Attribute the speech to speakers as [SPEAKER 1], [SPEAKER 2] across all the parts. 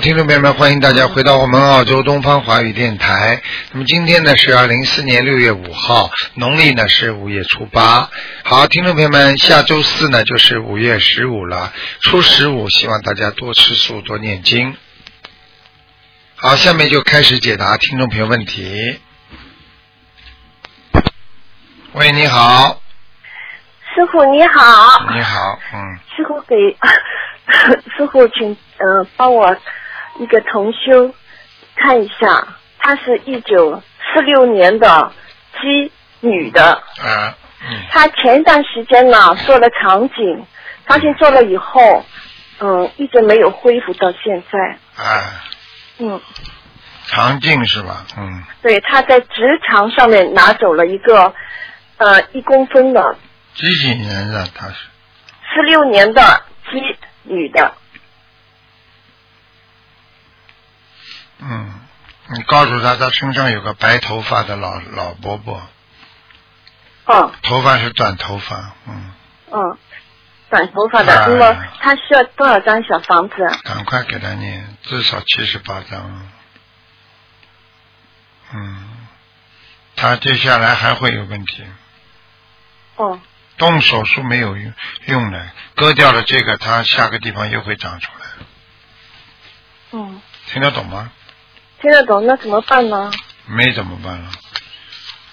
[SPEAKER 1] 听众朋友们，欢迎大家回到我们澳洲东方华语电台。那么今天呢是二零一四年六月五号，农历呢是五月初八。好，听众朋友们，下周四呢就是五月十五了，初十五，希望大家多吃素，多念经。好，下面就开始解答听众朋友问题。喂，你好，
[SPEAKER 2] 师傅你好，
[SPEAKER 1] 你好，嗯，
[SPEAKER 2] 师傅给 师傅请呃帮我一个同修看一下，她是一九四六年的鸡女的，
[SPEAKER 1] 啊，嗯，
[SPEAKER 2] 她前一段时间呢做了肠镜，发现做了以后，嗯一直没有恢复到现在，
[SPEAKER 1] 啊，
[SPEAKER 2] 嗯，
[SPEAKER 1] 肠镜是吧？嗯，
[SPEAKER 2] 对，她在直肠上面拿走了一个呃一公分的
[SPEAKER 1] 几几年的他是？
[SPEAKER 2] 四六年的鸡女的，
[SPEAKER 1] 嗯，你告诉他，他身上有个白头发的老老伯伯，
[SPEAKER 2] 嗯。
[SPEAKER 1] 头发是短头发，嗯，
[SPEAKER 2] 嗯，短头发的
[SPEAKER 1] 哎，
[SPEAKER 2] 那么他需要多少张小房子？
[SPEAKER 1] 赶快给他念，至少七十八章。嗯，他接下来还会有问题，
[SPEAKER 2] 哦，
[SPEAKER 1] 动手术没有用用的，割掉了这个，他下个地方又会长出来，
[SPEAKER 2] 嗯，
[SPEAKER 1] 听得懂吗？
[SPEAKER 2] 听得懂，那怎么办呢？
[SPEAKER 1] 没怎么办了，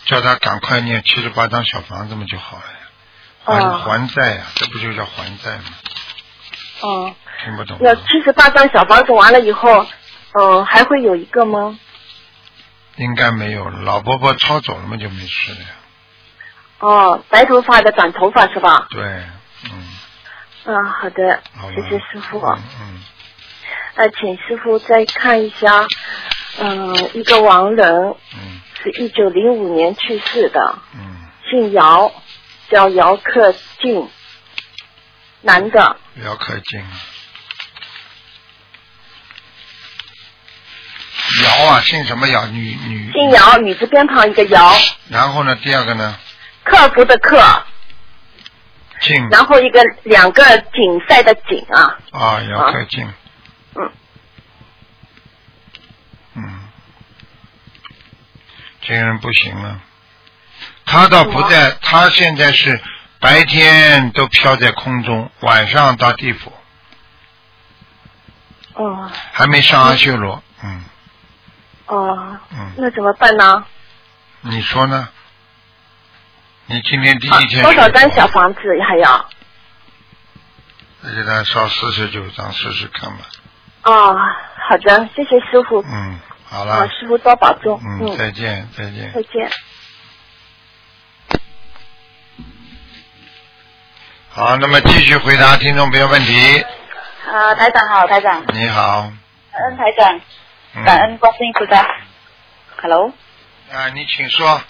[SPEAKER 1] 叫他赶快念七十八张小房子嘛就好了呀，还、
[SPEAKER 2] 哦
[SPEAKER 1] 还债呀、这不就叫还债吗？
[SPEAKER 2] 哦，
[SPEAKER 1] 听不懂吗。
[SPEAKER 2] 要七十八张小房子完了以后，嗯，还会有一个吗？
[SPEAKER 1] 应该没有了，老伯伯抄走了嘛，就没事了呀。
[SPEAKER 2] 哦，白头发的短头发是吧？
[SPEAKER 1] 对，嗯，
[SPEAKER 2] 嗯，好的
[SPEAKER 1] 好，了。
[SPEAKER 2] 谢谢师傅。
[SPEAKER 1] 嗯嗯，
[SPEAKER 2] 呃，请师傅再看一下，嗯，一个亡人
[SPEAKER 1] 嗯
[SPEAKER 2] 是一九零五年去世的，
[SPEAKER 1] 嗯，
[SPEAKER 2] 姓姚，叫姚克进，男的。
[SPEAKER 1] 不要靠近啊。姚啊，姓什么姚？女女。
[SPEAKER 2] 姓。姚，女字边旁一个姚，
[SPEAKER 1] 然后呢，第二个呢，
[SPEAKER 2] 客服的客，
[SPEAKER 1] 嗯静
[SPEAKER 2] 然后一个两个锦赛的锦啊，
[SPEAKER 1] 啊，姚克静。
[SPEAKER 2] 嗯。
[SPEAKER 1] 嗯。这个人不行了，他倒不在，他现在是白天都飘在空中，晚上到地府。
[SPEAKER 2] 哦
[SPEAKER 1] 还没上阿修罗，嗯
[SPEAKER 2] 哦，
[SPEAKER 1] 嗯，
[SPEAKER 2] 那怎么办呢？
[SPEAKER 1] 你说呢？你今天第
[SPEAKER 2] 啊
[SPEAKER 1] 一天、
[SPEAKER 2] 多少张小？房子还要？
[SPEAKER 1] 给他烧四十九张试试看吧。
[SPEAKER 2] 哦，好的，谢谢师傅，
[SPEAKER 1] 嗯，好
[SPEAKER 2] 啊，嗯
[SPEAKER 1] 了，
[SPEAKER 2] 师傅多保重，
[SPEAKER 1] 嗯，再见，再见
[SPEAKER 2] 再。见。
[SPEAKER 1] 好，那么继续回答听众朋友问题。
[SPEAKER 3] 啊，台长好，台长，
[SPEAKER 1] 你好，
[SPEAKER 3] 感恩台长，
[SPEAKER 1] 嗯、
[SPEAKER 3] 感恩观世音菩萨。Hello，
[SPEAKER 1] 啊，你请说，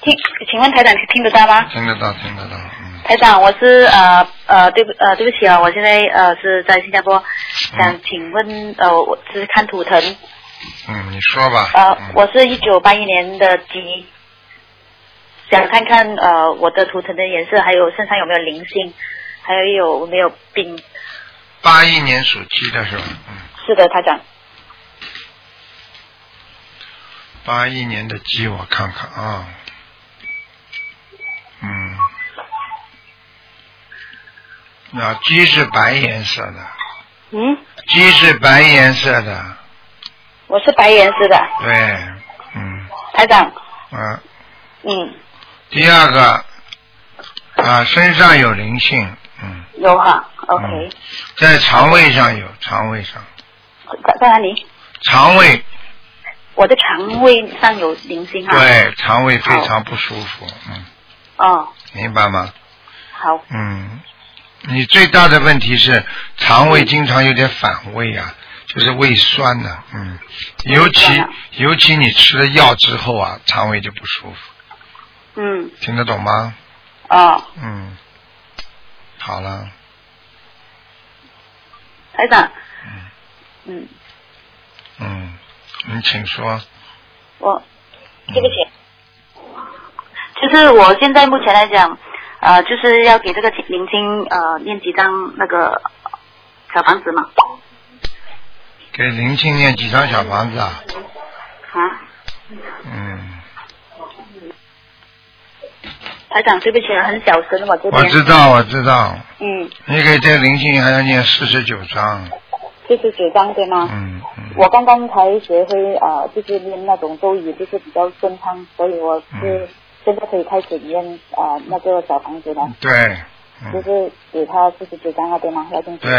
[SPEAKER 3] 听，请问台长听得到吗？
[SPEAKER 1] 听得到，听得到，嗯
[SPEAKER 3] 台长，我是呃呃，对不呃对不起啊，我现在呃是在新加坡，想请问呃我是看图腾，
[SPEAKER 1] 嗯，你说吧。
[SPEAKER 3] 呃
[SPEAKER 1] 嗯、
[SPEAKER 3] 我是一九八一年的鸡，想看看呃我的图腾的颜色，还有身上有没有灵性，还有有没有病？
[SPEAKER 1] 八一年属鸡的是吧？嗯，
[SPEAKER 3] 是的，台长，
[SPEAKER 1] 八一年的鸡，我看看啊，嗯，那啊鸡是白颜色的，
[SPEAKER 3] 嗯，
[SPEAKER 1] 鸡是白颜色的，
[SPEAKER 3] 我是白颜色的，
[SPEAKER 1] 对，嗯，
[SPEAKER 3] 台长，
[SPEAKER 1] 啊，
[SPEAKER 3] 嗯，
[SPEAKER 1] 第二个啊，身上有灵性，嗯，
[SPEAKER 3] 有哈，OK，、
[SPEAKER 1] 嗯在肠胃上有，肠胃上，
[SPEAKER 3] 在在哪里？
[SPEAKER 1] 肠胃
[SPEAKER 3] 我的肠胃上有零星
[SPEAKER 4] 啊
[SPEAKER 3] 哈。。
[SPEAKER 1] 对，肠胃非常不舒服，嗯，
[SPEAKER 3] 哦，
[SPEAKER 1] 明白吗？
[SPEAKER 3] 好，
[SPEAKER 1] 嗯，你最大的问题是肠胃经常有点反胃啊，就是胃酸呐、嗯，尤
[SPEAKER 3] 胃酸
[SPEAKER 1] 其
[SPEAKER 3] 啊
[SPEAKER 1] 尤其你吃了药之后啊，肠胃就不舒服，
[SPEAKER 3] 嗯，
[SPEAKER 1] 听得懂吗？
[SPEAKER 3] 哦，
[SPEAKER 1] 嗯，好了，
[SPEAKER 3] 台长，嗯，
[SPEAKER 1] 嗯，你请说。
[SPEAKER 3] 我
[SPEAKER 1] 嗯
[SPEAKER 3] 对不起，就是我现在目前来讲，呃，就是要给这个林星呃念几张那个小房子嘛，
[SPEAKER 1] 给灵性念几张小房子啊？
[SPEAKER 4] 啊，
[SPEAKER 1] 嗯，
[SPEAKER 4] 台长，对不起，很小声，我这
[SPEAKER 1] 我
[SPEAKER 4] 边。
[SPEAKER 1] 知道，我知道，
[SPEAKER 4] 嗯，
[SPEAKER 1] 你给这灵性还要念四十九章。
[SPEAKER 4] 四十九张对吗？
[SPEAKER 1] 嗯嗯。
[SPEAKER 4] 我刚刚才学会呃，就是念那种咒语，就是比较顺畅，所以我是
[SPEAKER 1] 嗯
[SPEAKER 4] 现在可以开始念呃那个小房子了，
[SPEAKER 1] 对，
[SPEAKER 4] 就
[SPEAKER 1] 嗯，
[SPEAKER 4] 是给他四十九张了对吗？要进去。
[SPEAKER 1] 对，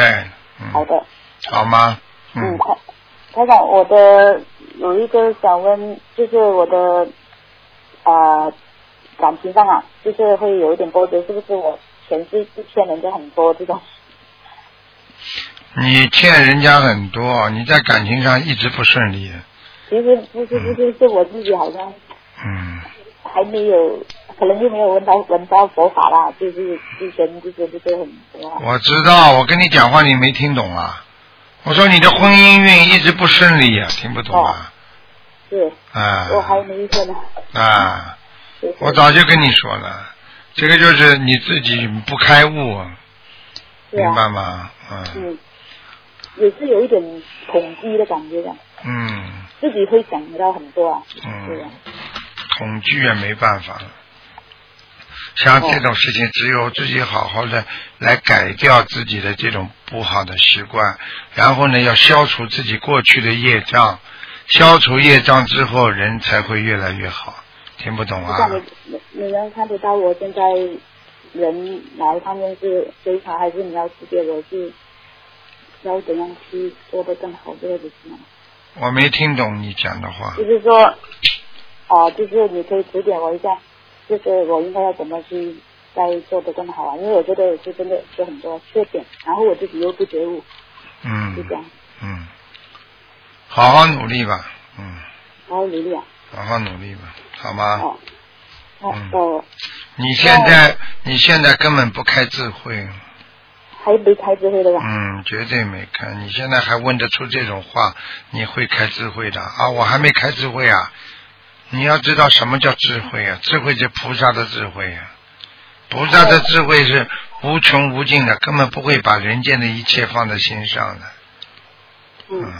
[SPEAKER 4] 好
[SPEAKER 1] 嗯，
[SPEAKER 4] 的，
[SPEAKER 1] 好吗？
[SPEAKER 4] 嗯，
[SPEAKER 1] 嗯，
[SPEAKER 4] 台台长，我的有一个想问，就是我的呃感情上啊，就是会有一点波折，是不是我前世是欠人家很多这种？
[SPEAKER 1] 你欠人家很多，你在感情上一直不顺利的，
[SPEAKER 4] 其实不是不是，是我自己好像
[SPEAKER 1] 嗯，
[SPEAKER 4] 还没有，可能就没有闻到闻到佛法啦，就是之前就是就是很多啊。
[SPEAKER 1] 我知道，我跟你讲话你没听懂啊。我说你的婚姻运一直不顺利啊，听不懂啊？
[SPEAKER 4] 是，
[SPEAKER 1] 啊
[SPEAKER 4] 哦我还没遇见呢。
[SPEAKER 1] 啊！
[SPEAKER 4] 就是
[SPEAKER 1] 我早就跟你说了，这个就是你自己不开悟啊，
[SPEAKER 4] 是
[SPEAKER 1] 明
[SPEAKER 4] 啊，
[SPEAKER 1] 白吗？嗯
[SPEAKER 4] 嗯，也是有一点恐惧的感觉的，
[SPEAKER 1] 嗯
[SPEAKER 4] 自己会想到很多啊，对
[SPEAKER 1] 嗯
[SPEAKER 4] 啊，，
[SPEAKER 1] 恐惧也没办法了。像这种事情，只有自己好好的来改掉自己的这种不好的习惯，然后呢，要消除自己过去的业障，消除业障之后，人才会越来越好。听不懂
[SPEAKER 4] 就
[SPEAKER 1] 啊
[SPEAKER 4] 像？你你你能看得到我现在人来他们是追查还是你要直接我是要怎样去做的更好这个事情啊？
[SPEAKER 1] 我没听懂你讲的话
[SPEAKER 4] 就。是说，啊、就是你可以指点我一下，就是我应该要怎么去再做的更好啊？因为我觉得我是真的有很多缺点，然后我自己又不觉悟，
[SPEAKER 1] 嗯
[SPEAKER 4] 就这样，
[SPEAKER 1] 嗯，好好努力吧，嗯，
[SPEAKER 4] 然后努力啊，
[SPEAKER 1] 好好努力吧，好吗？
[SPEAKER 4] 哦，哦
[SPEAKER 1] 嗯，
[SPEAKER 4] 我
[SPEAKER 1] 你现在你现在根本不开智慧，
[SPEAKER 4] 还没开智慧的吧？
[SPEAKER 1] 嗯，绝对没开。你现在还问得出这种话，你会开智慧的啊？我还没开智慧啊！你要知道什么叫智慧啊？智慧是菩萨的智慧啊，菩萨的智慧是无穷无尽的，根本不会把人间的一切放在心上的。
[SPEAKER 4] 嗯，
[SPEAKER 1] 嗯，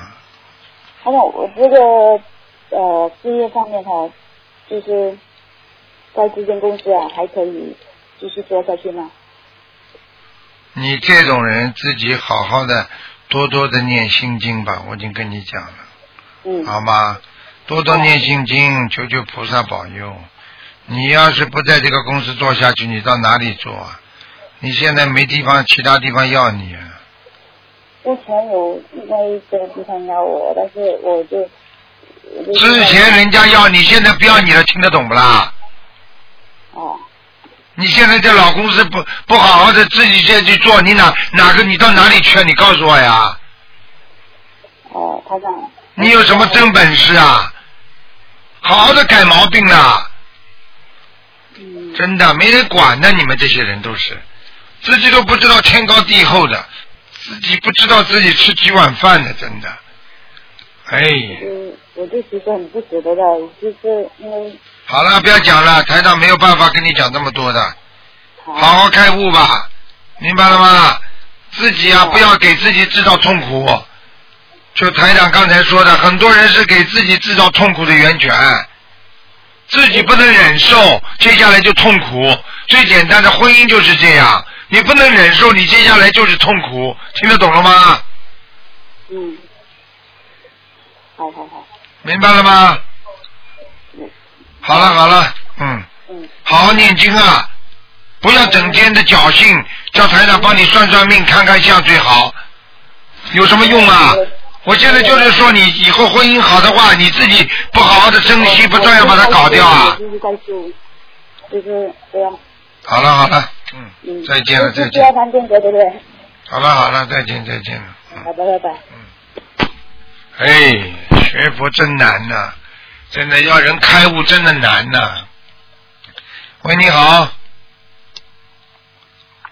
[SPEAKER 4] 还有我这个呃事业上面哈，就是在这间公司啊，还可以继续做下去吗？
[SPEAKER 1] 你这种人自己好好的多多的念心经吧，我已经跟你讲了。
[SPEAKER 4] 嗯，
[SPEAKER 1] 好吗？多多念心经，求求菩萨保佑。你要是不在这个公司做下去，你到哪里做啊？你现在没地方，其他地方要你啊。
[SPEAKER 4] 之前有那一个地方要我，但是我就我就
[SPEAKER 1] 之前人家要你，现在不要你了，听得懂不啦？
[SPEAKER 4] 哦。
[SPEAKER 1] 你现在在老公司不不好好的自己再去做，你哪哪个你到哪里去啊？你告诉我呀！
[SPEAKER 4] 哦，台长。
[SPEAKER 1] 你有什么真本事啊？好好的改毛病啦！
[SPEAKER 4] 嗯，
[SPEAKER 1] 真的没人管的，你们这些人都是自己都不知道天高地厚的，自己不知道自己吃几碗饭的，真的。哎，
[SPEAKER 4] 就是我就其实很不值得的，就是因为
[SPEAKER 1] 好了，不要讲了，台长没有办法跟你讲这么多的，
[SPEAKER 4] 好
[SPEAKER 1] 好好开悟吧，明白了吗？自己啊，不要给自己制造痛苦。就台长刚才说的，很多人是给自己制造痛苦的源泉，自己不能忍受，接下来就痛苦。最简单的婚姻就是这样，你不能忍受，你接下来就是痛苦。听得懂了吗？
[SPEAKER 4] 嗯，好好好，
[SPEAKER 1] 明白了吗？好了好了，嗯，
[SPEAKER 4] 嗯，
[SPEAKER 1] 好好念经啊，不要整天的侥幸，叫台长帮你算算命、看看相最好，有什么用啊？我现在就是说，你以后婚姻好的话，你自己不好好的珍惜，不照样把它搞掉啊
[SPEAKER 4] 我？就是在修，就是这样，
[SPEAKER 1] 好了好了，嗯，
[SPEAKER 4] 嗯，
[SPEAKER 1] 再见了
[SPEAKER 4] 就
[SPEAKER 1] 再
[SPEAKER 4] 是不要
[SPEAKER 1] 见，
[SPEAKER 4] 谈变革，对不对？
[SPEAKER 1] 好了好了，再见再见了。嗯
[SPEAKER 4] 好的，拜拜。
[SPEAKER 1] 哎，学佛真难呐、真的要人开悟真的难呐、喂，你好。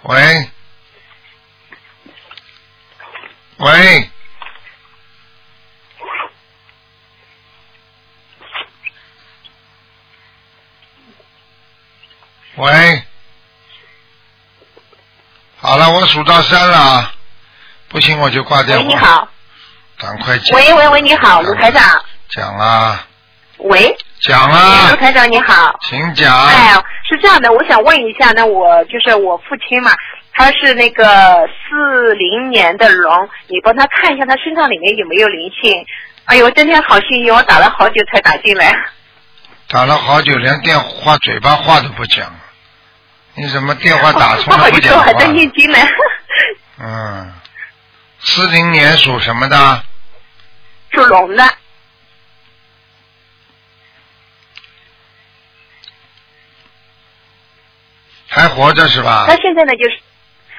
[SPEAKER 1] 喂。喂。喂。好了，我数到三了啊，不行我就挂掉。
[SPEAKER 2] 喂，你。好，
[SPEAKER 1] 赶快讲。
[SPEAKER 2] 喂喂喂，你好，卢台长。
[SPEAKER 1] 讲啊，
[SPEAKER 2] 喂，
[SPEAKER 1] 讲
[SPEAKER 2] 卢
[SPEAKER 1] 啊，
[SPEAKER 2] 台长你好。
[SPEAKER 1] 请讲。
[SPEAKER 2] 哎，是这样的，我想问一下呢，我就是我父亲嘛，他是那个四零年的龙，你帮他看一下他身上里面有没有灵性。哎呦，今天好幸运，我打了好久才打进来。
[SPEAKER 1] 打了好久，连电话嘴巴话都不讲。你怎么电话打
[SPEAKER 2] 不
[SPEAKER 1] 通
[SPEAKER 2] 好
[SPEAKER 1] 了
[SPEAKER 2] 意思，
[SPEAKER 1] 讲
[SPEAKER 2] 我
[SPEAKER 1] 话
[SPEAKER 2] 还？在念经呢。
[SPEAKER 1] 嗯，四零年属什么的？
[SPEAKER 2] 属龙
[SPEAKER 1] 啊
[SPEAKER 2] 的，
[SPEAKER 1] 还活着是吧
[SPEAKER 2] 他？现在呢就是，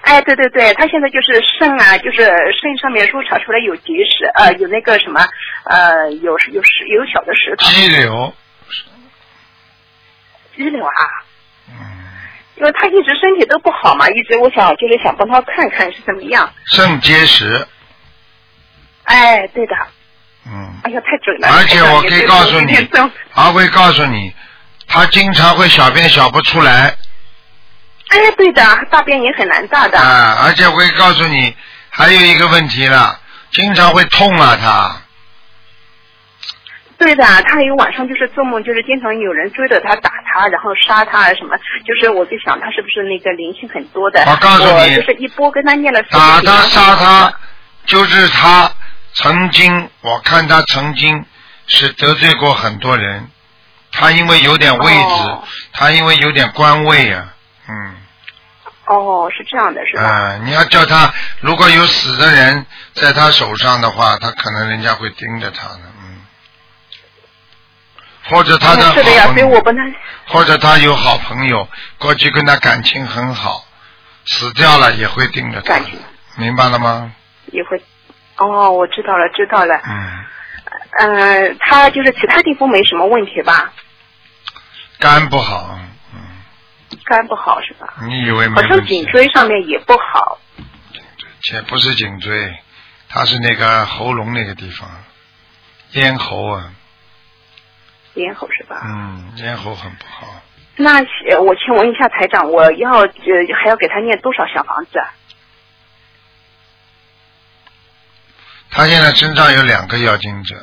[SPEAKER 2] 哎，对对对，他现在就是肾啊，就是肾上面说查出来有结石，呃，有那个什么，呃，有有石有小的石头
[SPEAKER 1] 肌瘤。
[SPEAKER 2] 肌瘤啊。
[SPEAKER 1] 嗯，
[SPEAKER 2] 因为他一直身体都不好嘛，一直我想就是想帮他看看是怎么样。
[SPEAKER 1] 肾结石。
[SPEAKER 2] 哎，对的，
[SPEAKER 1] 嗯。
[SPEAKER 2] 哎呀，太准了！
[SPEAKER 1] 而且我可以告诉
[SPEAKER 2] 今
[SPEAKER 1] 你
[SPEAKER 2] 天中，
[SPEAKER 1] 他会告诉你，他经常会小便小不出来
[SPEAKER 2] 哎，对的，大便也很难大的。
[SPEAKER 1] 啊，而且会告诉你还有一个问题了，经常会痛啊他。
[SPEAKER 2] 对的，他还有晚上就是做梦，就是经常有人追着他打他，然后杀他啊什么，就是我就想他是不是那个灵性很多的。
[SPEAKER 1] 我告诉你
[SPEAKER 2] 就是一波跟他念了四
[SPEAKER 1] 打
[SPEAKER 2] 十几张
[SPEAKER 1] 他杀他，就是他曾经，我看他曾经是得罪过很多人，他因为有点位置，
[SPEAKER 2] 哦
[SPEAKER 1] 他因为有点官位啊，嗯。
[SPEAKER 2] 哦，是这样的，是吧？
[SPEAKER 1] 啊、你要叫他，如果有死的人在他手上的话，他可能人家会盯着他的，嗯，或者他的好
[SPEAKER 2] 嗯是的呀，
[SPEAKER 1] 朋
[SPEAKER 2] 所以
[SPEAKER 1] 友，
[SPEAKER 2] 我帮他。
[SPEAKER 1] 或者他有好朋友，过去跟他感情很好，死掉了也会盯着他
[SPEAKER 2] 感情，
[SPEAKER 1] 明白了吗？
[SPEAKER 2] 也会。哦，我知道了，知道了。
[SPEAKER 1] 嗯，
[SPEAKER 2] 嗯，他就是其他地方没什么问题吧？
[SPEAKER 1] 肝不好，嗯，
[SPEAKER 2] 肝不好是吧？
[SPEAKER 1] 你以为没
[SPEAKER 2] 好像
[SPEAKER 1] 问题
[SPEAKER 2] 颈？椎上面也不好。
[SPEAKER 1] 且不是颈椎，他是那个喉咙那个地方，咽喉啊，
[SPEAKER 2] 咽喉是吧？
[SPEAKER 1] 嗯，咽喉很不好。
[SPEAKER 2] 那呃我请问一下台长，我要呃还要给他念多少小房子啊？
[SPEAKER 1] 他现在身上有两个要经者，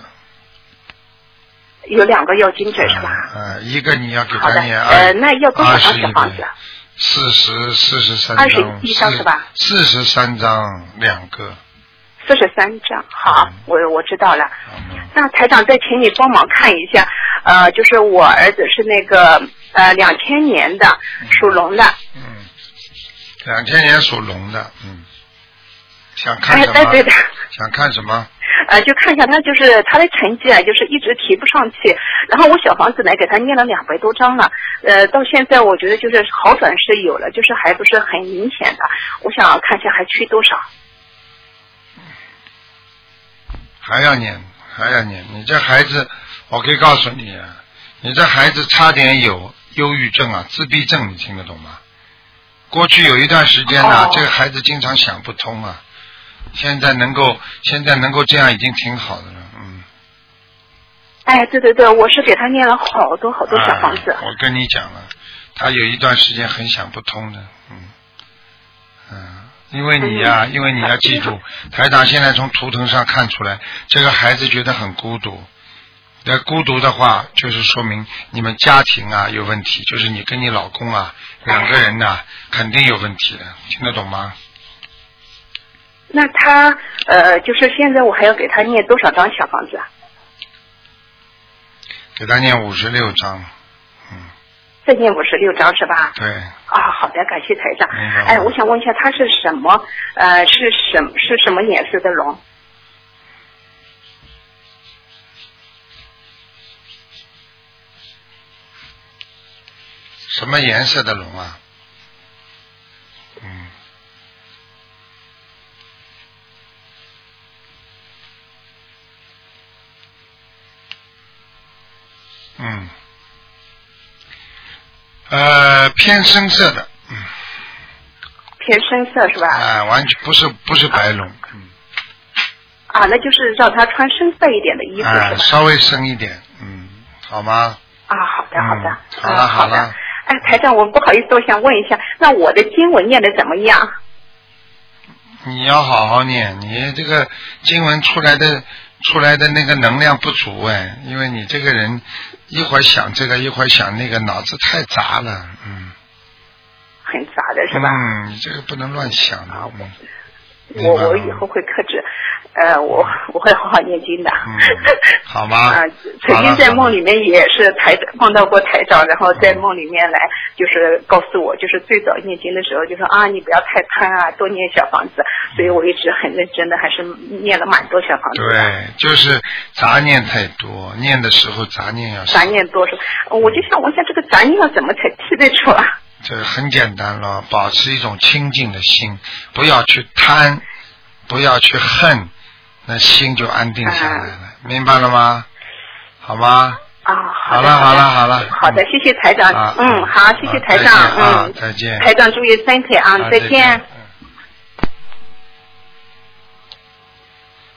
[SPEAKER 2] 有两个要精者是吧？
[SPEAKER 1] 嗯、呃一个你要给
[SPEAKER 2] 好的，
[SPEAKER 1] 他念
[SPEAKER 2] 呃，那要多少张小房子啊？
[SPEAKER 1] 四十四十三
[SPEAKER 2] 21
[SPEAKER 1] 张，
[SPEAKER 2] 张是吧？
[SPEAKER 1] 四十三张两个，
[SPEAKER 2] 四十三张。好
[SPEAKER 1] 嗯，
[SPEAKER 2] 我我知道了。
[SPEAKER 1] 好吗？
[SPEAKER 2] 那台长再请你帮忙看一下，呃，就是我儿子是那个呃两千年的属龙的，
[SPEAKER 1] 嗯，两千年属龙的，嗯，想看
[SPEAKER 2] 哎
[SPEAKER 1] 什么？
[SPEAKER 2] 哎对的。
[SPEAKER 1] 想看什么？
[SPEAKER 2] 呃，就看一下他就是他的成绩啊，就是一直提不上去。然后我小房子呢给他念了两百多张了，呃，到现在我觉得就是好转是有了，就是还不是很明显的。我想看一下还缺多少。
[SPEAKER 1] 还要念，还要念。你这孩子，我可以告诉你啊，你这孩子差点有忧郁症啊，自闭症，你听得懂吗？过去有一段时间呢、
[SPEAKER 2] 哦
[SPEAKER 1] 这个孩子经常想不通啊，现在能够现在能够这样已经挺好的了，嗯。
[SPEAKER 2] 哎，对对对，我是给他念了好多好多小房子。
[SPEAKER 1] 啊我跟你讲了，他有一段时间很想不通的，嗯，嗯、因为你呀、
[SPEAKER 2] 嗯
[SPEAKER 1] 因为你要记住，台长现在从图腾上看出来，这个孩子觉得很孤独。那孤独的话，就是说明你们家庭啊有问题，就是你跟你老公啊两个人呐、肯定有问题的，听得懂吗？
[SPEAKER 2] 那他呃，就是现在我还要给他念多少张小房子啊？
[SPEAKER 1] 给他念五十六章，
[SPEAKER 2] 再念五十六张是吧？
[SPEAKER 1] 对，
[SPEAKER 2] 啊，好的，感谢台长
[SPEAKER 1] 明白。
[SPEAKER 2] 哎，我想问一下，他是什么？呃，是什是什么颜色的龙？
[SPEAKER 1] 什么颜色的龙啊？嗯，嗯，呃，偏深色的，嗯，
[SPEAKER 2] 偏深色是吧？
[SPEAKER 1] 啊、完全不是不是白龙，嗯，
[SPEAKER 2] 啊，那就是让他穿深色一点的衣服、
[SPEAKER 1] 啊、
[SPEAKER 2] 是吧？
[SPEAKER 1] 稍微深一点，嗯，好吗？
[SPEAKER 2] 啊，好的，好的，
[SPEAKER 1] 嗯
[SPEAKER 2] 啊
[SPEAKER 1] 好了
[SPEAKER 2] 好
[SPEAKER 1] 好了
[SPEAKER 2] 的。哎，台长，我不好意思，我想问一下，那我的经文念的怎么样？
[SPEAKER 1] 你要好好念，你这个经文出来的出来的那个能量不足哎，因为你这个人一会儿想这个，一会儿想那个，脑子太杂了，嗯。
[SPEAKER 2] 很杂的是吧？
[SPEAKER 1] 嗯，你这个不能乱想的，嗯
[SPEAKER 2] 我我以后会克制，呃，我我会好好念经的。
[SPEAKER 1] 嗯，好吗？
[SPEAKER 2] 啊，曾
[SPEAKER 1] 好
[SPEAKER 2] 经
[SPEAKER 1] 了嗯
[SPEAKER 2] 在梦里面也是台长梦到过台长，然后在梦里面来就是告诉我，就是最早念经的时候就说啊，你不要太贪啊，多念小房子。
[SPEAKER 1] 嗯
[SPEAKER 2] 所以我一直很认真的，还是念了蛮多小房子的。
[SPEAKER 1] 对，就是杂念太多，念的时候杂念要少
[SPEAKER 2] 杂。念多是，
[SPEAKER 5] 呃
[SPEAKER 2] 我就想问一下，这个杂念要怎么才剔得出来？
[SPEAKER 1] 这很简单了，保持一种清净的心，不要去贪，不要去恨，那心就安定下来了，明白了吗？好吗？
[SPEAKER 2] 啊，
[SPEAKER 1] 好
[SPEAKER 2] 的
[SPEAKER 1] 了好
[SPEAKER 2] 好
[SPEAKER 1] 了
[SPEAKER 2] 的
[SPEAKER 1] 好了
[SPEAKER 2] 好的，
[SPEAKER 1] 嗯
[SPEAKER 2] 谢谢台长
[SPEAKER 1] 啊，
[SPEAKER 2] 嗯，好，谢谢台长，
[SPEAKER 1] 啊
[SPEAKER 2] 嗯，
[SPEAKER 1] 再见啊再见
[SPEAKER 2] 台长注意身体啊，
[SPEAKER 1] 啊
[SPEAKER 2] 再
[SPEAKER 1] 见。嗯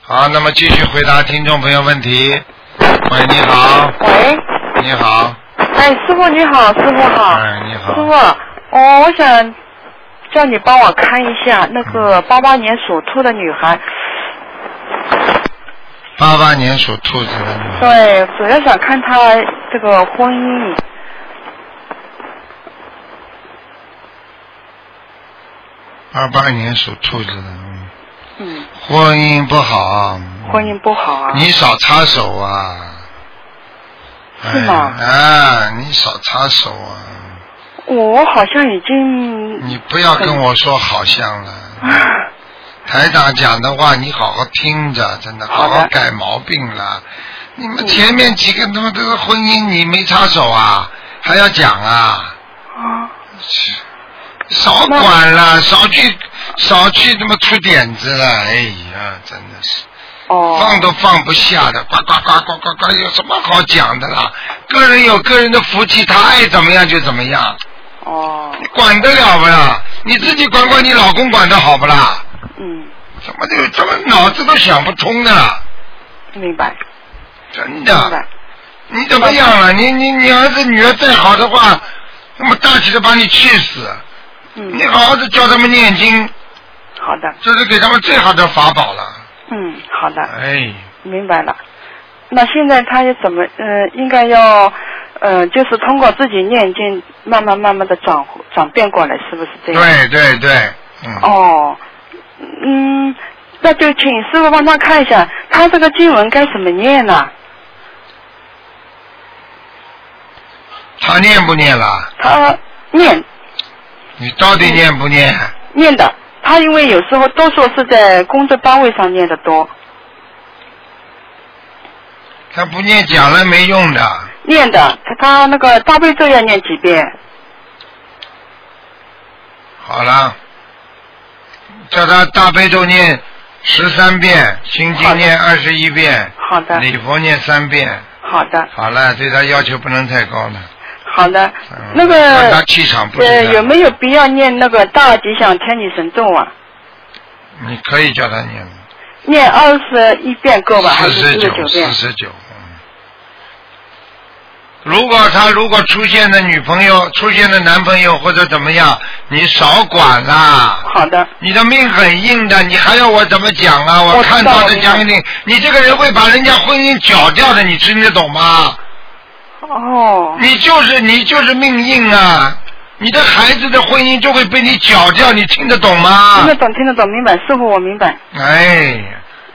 [SPEAKER 1] 好，那么继续回答听众朋友问题。喂，你好，
[SPEAKER 6] 喂，
[SPEAKER 1] 你好，
[SPEAKER 6] 哎，师傅你好，师傅好，
[SPEAKER 1] 哎，你
[SPEAKER 6] 师傅
[SPEAKER 1] 好，，
[SPEAKER 6] 哦，我想叫你帮我看一下那个
[SPEAKER 1] 嗯
[SPEAKER 6] 八八年属兔的女孩，
[SPEAKER 1] 八八年属兔子的女孩，
[SPEAKER 6] 对，主要想看她这个婚姻，
[SPEAKER 1] 八八年属兔子的，嗯
[SPEAKER 6] 嗯，
[SPEAKER 1] 婚姻不好，嗯
[SPEAKER 6] 婚姻不好啊，
[SPEAKER 1] 你少插手啊！
[SPEAKER 6] 是吗
[SPEAKER 1] 哎啊，你少插手啊！
[SPEAKER 6] 我好像已经，啊
[SPEAKER 1] 你不要跟我说好像了。台长讲的话，你好好听着，真的，嗯好
[SPEAKER 6] 好的
[SPEAKER 1] 好改毛病了。你们前面几个他妈都是婚姻，你没插手啊，还要讲啊？
[SPEAKER 6] 啊，
[SPEAKER 1] 少管了，少去，少去他妈出点子了！哎呀，真的是。
[SPEAKER 6] 哦，
[SPEAKER 1] 放都放不下的，呱呱呱呱呱呱，有什么好讲的啦？个人有个人的福气，他爱怎么样就怎么样，
[SPEAKER 6] 哦，
[SPEAKER 1] 管得了不啦？你自己管管你老公管得好不啦？
[SPEAKER 6] 嗯，
[SPEAKER 1] 怎么就怎么脑子都想不通呢？
[SPEAKER 6] 明白，
[SPEAKER 1] 真
[SPEAKER 6] 明
[SPEAKER 1] 的
[SPEAKER 6] 白，，
[SPEAKER 1] 你怎么样了？你你你儿子女儿再好的话，那么大气的把你气死。
[SPEAKER 6] 嗯
[SPEAKER 1] 你，好好的教他们念经，
[SPEAKER 6] 好的，
[SPEAKER 1] 这是给他们最好的法宝了。
[SPEAKER 6] 嗯，好的，
[SPEAKER 1] 哎，
[SPEAKER 6] 明白了。那现在他也怎么，呃，应该要，呃，就是通过自己念经，慢慢慢慢的转转变过来，是不是这样？
[SPEAKER 1] 对对对，嗯。
[SPEAKER 6] 哦，嗯，那就请师傅帮他看一下，他这个经文该怎么念呢、
[SPEAKER 1] 他念不念了？
[SPEAKER 6] 他念
[SPEAKER 1] 你到底念不念？
[SPEAKER 6] 念的，他因为有时候多数是在工作单位上念的多，
[SPEAKER 1] 他不念讲了没用的，
[SPEAKER 6] 念的他他那个大悲咒要念几遍？
[SPEAKER 1] 好了，叫他大悲咒念十三遍，心经念二十一遍，
[SPEAKER 6] 好的，
[SPEAKER 1] 礼佛念三遍。
[SPEAKER 6] 好的，
[SPEAKER 1] 好了，对他要求不能太高了。
[SPEAKER 6] 好的
[SPEAKER 1] 嗯，
[SPEAKER 6] 那个
[SPEAKER 1] 看他气场不是
[SPEAKER 6] 呃，
[SPEAKER 1] 太
[SPEAKER 6] 有没有必要念那个大吉祥天女神咒啊？
[SPEAKER 1] 你可以叫他念
[SPEAKER 6] 念二十一遍够吧？还
[SPEAKER 1] 四十
[SPEAKER 6] 是四十
[SPEAKER 1] 九，
[SPEAKER 6] 遍
[SPEAKER 1] 四？十九。嗯如果他如果出现了女朋友，出现了男朋友或者怎么样，你少管啦。
[SPEAKER 6] 好的，
[SPEAKER 1] 你的命很硬的，你还要我怎么讲啊？我
[SPEAKER 6] 我
[SPEAKER 1] 看
[SPEAKER 6] 知道
[SPEAKER 1] 到的
[SPEAKER 6] 我明白
[SPEAKER 1] 讲给你，你这个人会把人家婚姻搅掉的，你听得懂吗？
[SPEAKER 6] 哦，
[SPEAKER 1] 你就是你就是命硬啊！你的孩子的婚姻就会被你搅掉，你听得懂吗
[SPEAKER 6] 听得？懂，听得懂，明白，师傅我明白。
[SPEAKER 1] 哎，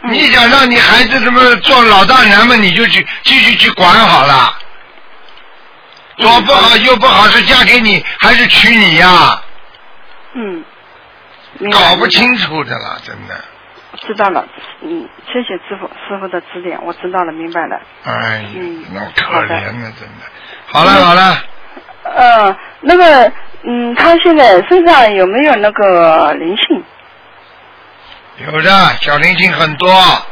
[SPEAKER 6] 嗯
[SPEAKER 1] 你想让你孩子什么做老大娘们，你就去继续去管好了。左不好右不好是嫁给你还是娶你呀、
[SPEAKER 6] 嗯，明白
[SPEAKER 1] 搞不，
[SPEAKER 6] 明
[SPEAKER 1] 清楚的啦，真的。
[SPEAKER 6] 白知道了。嗯，谢谢师傅师傅的指点，我知道了，明白了。
[SPEAKER 1] 哎呀
[SPEAKER 6] 嗯，
[SPEAKER 1] 那么可怜啊，真的。好了好了，
[SPEAKER 6] 呃，那个，嗯，他现在身上有没有那个灵性？
[SPEAKER 1] 有的小灵性很多啊，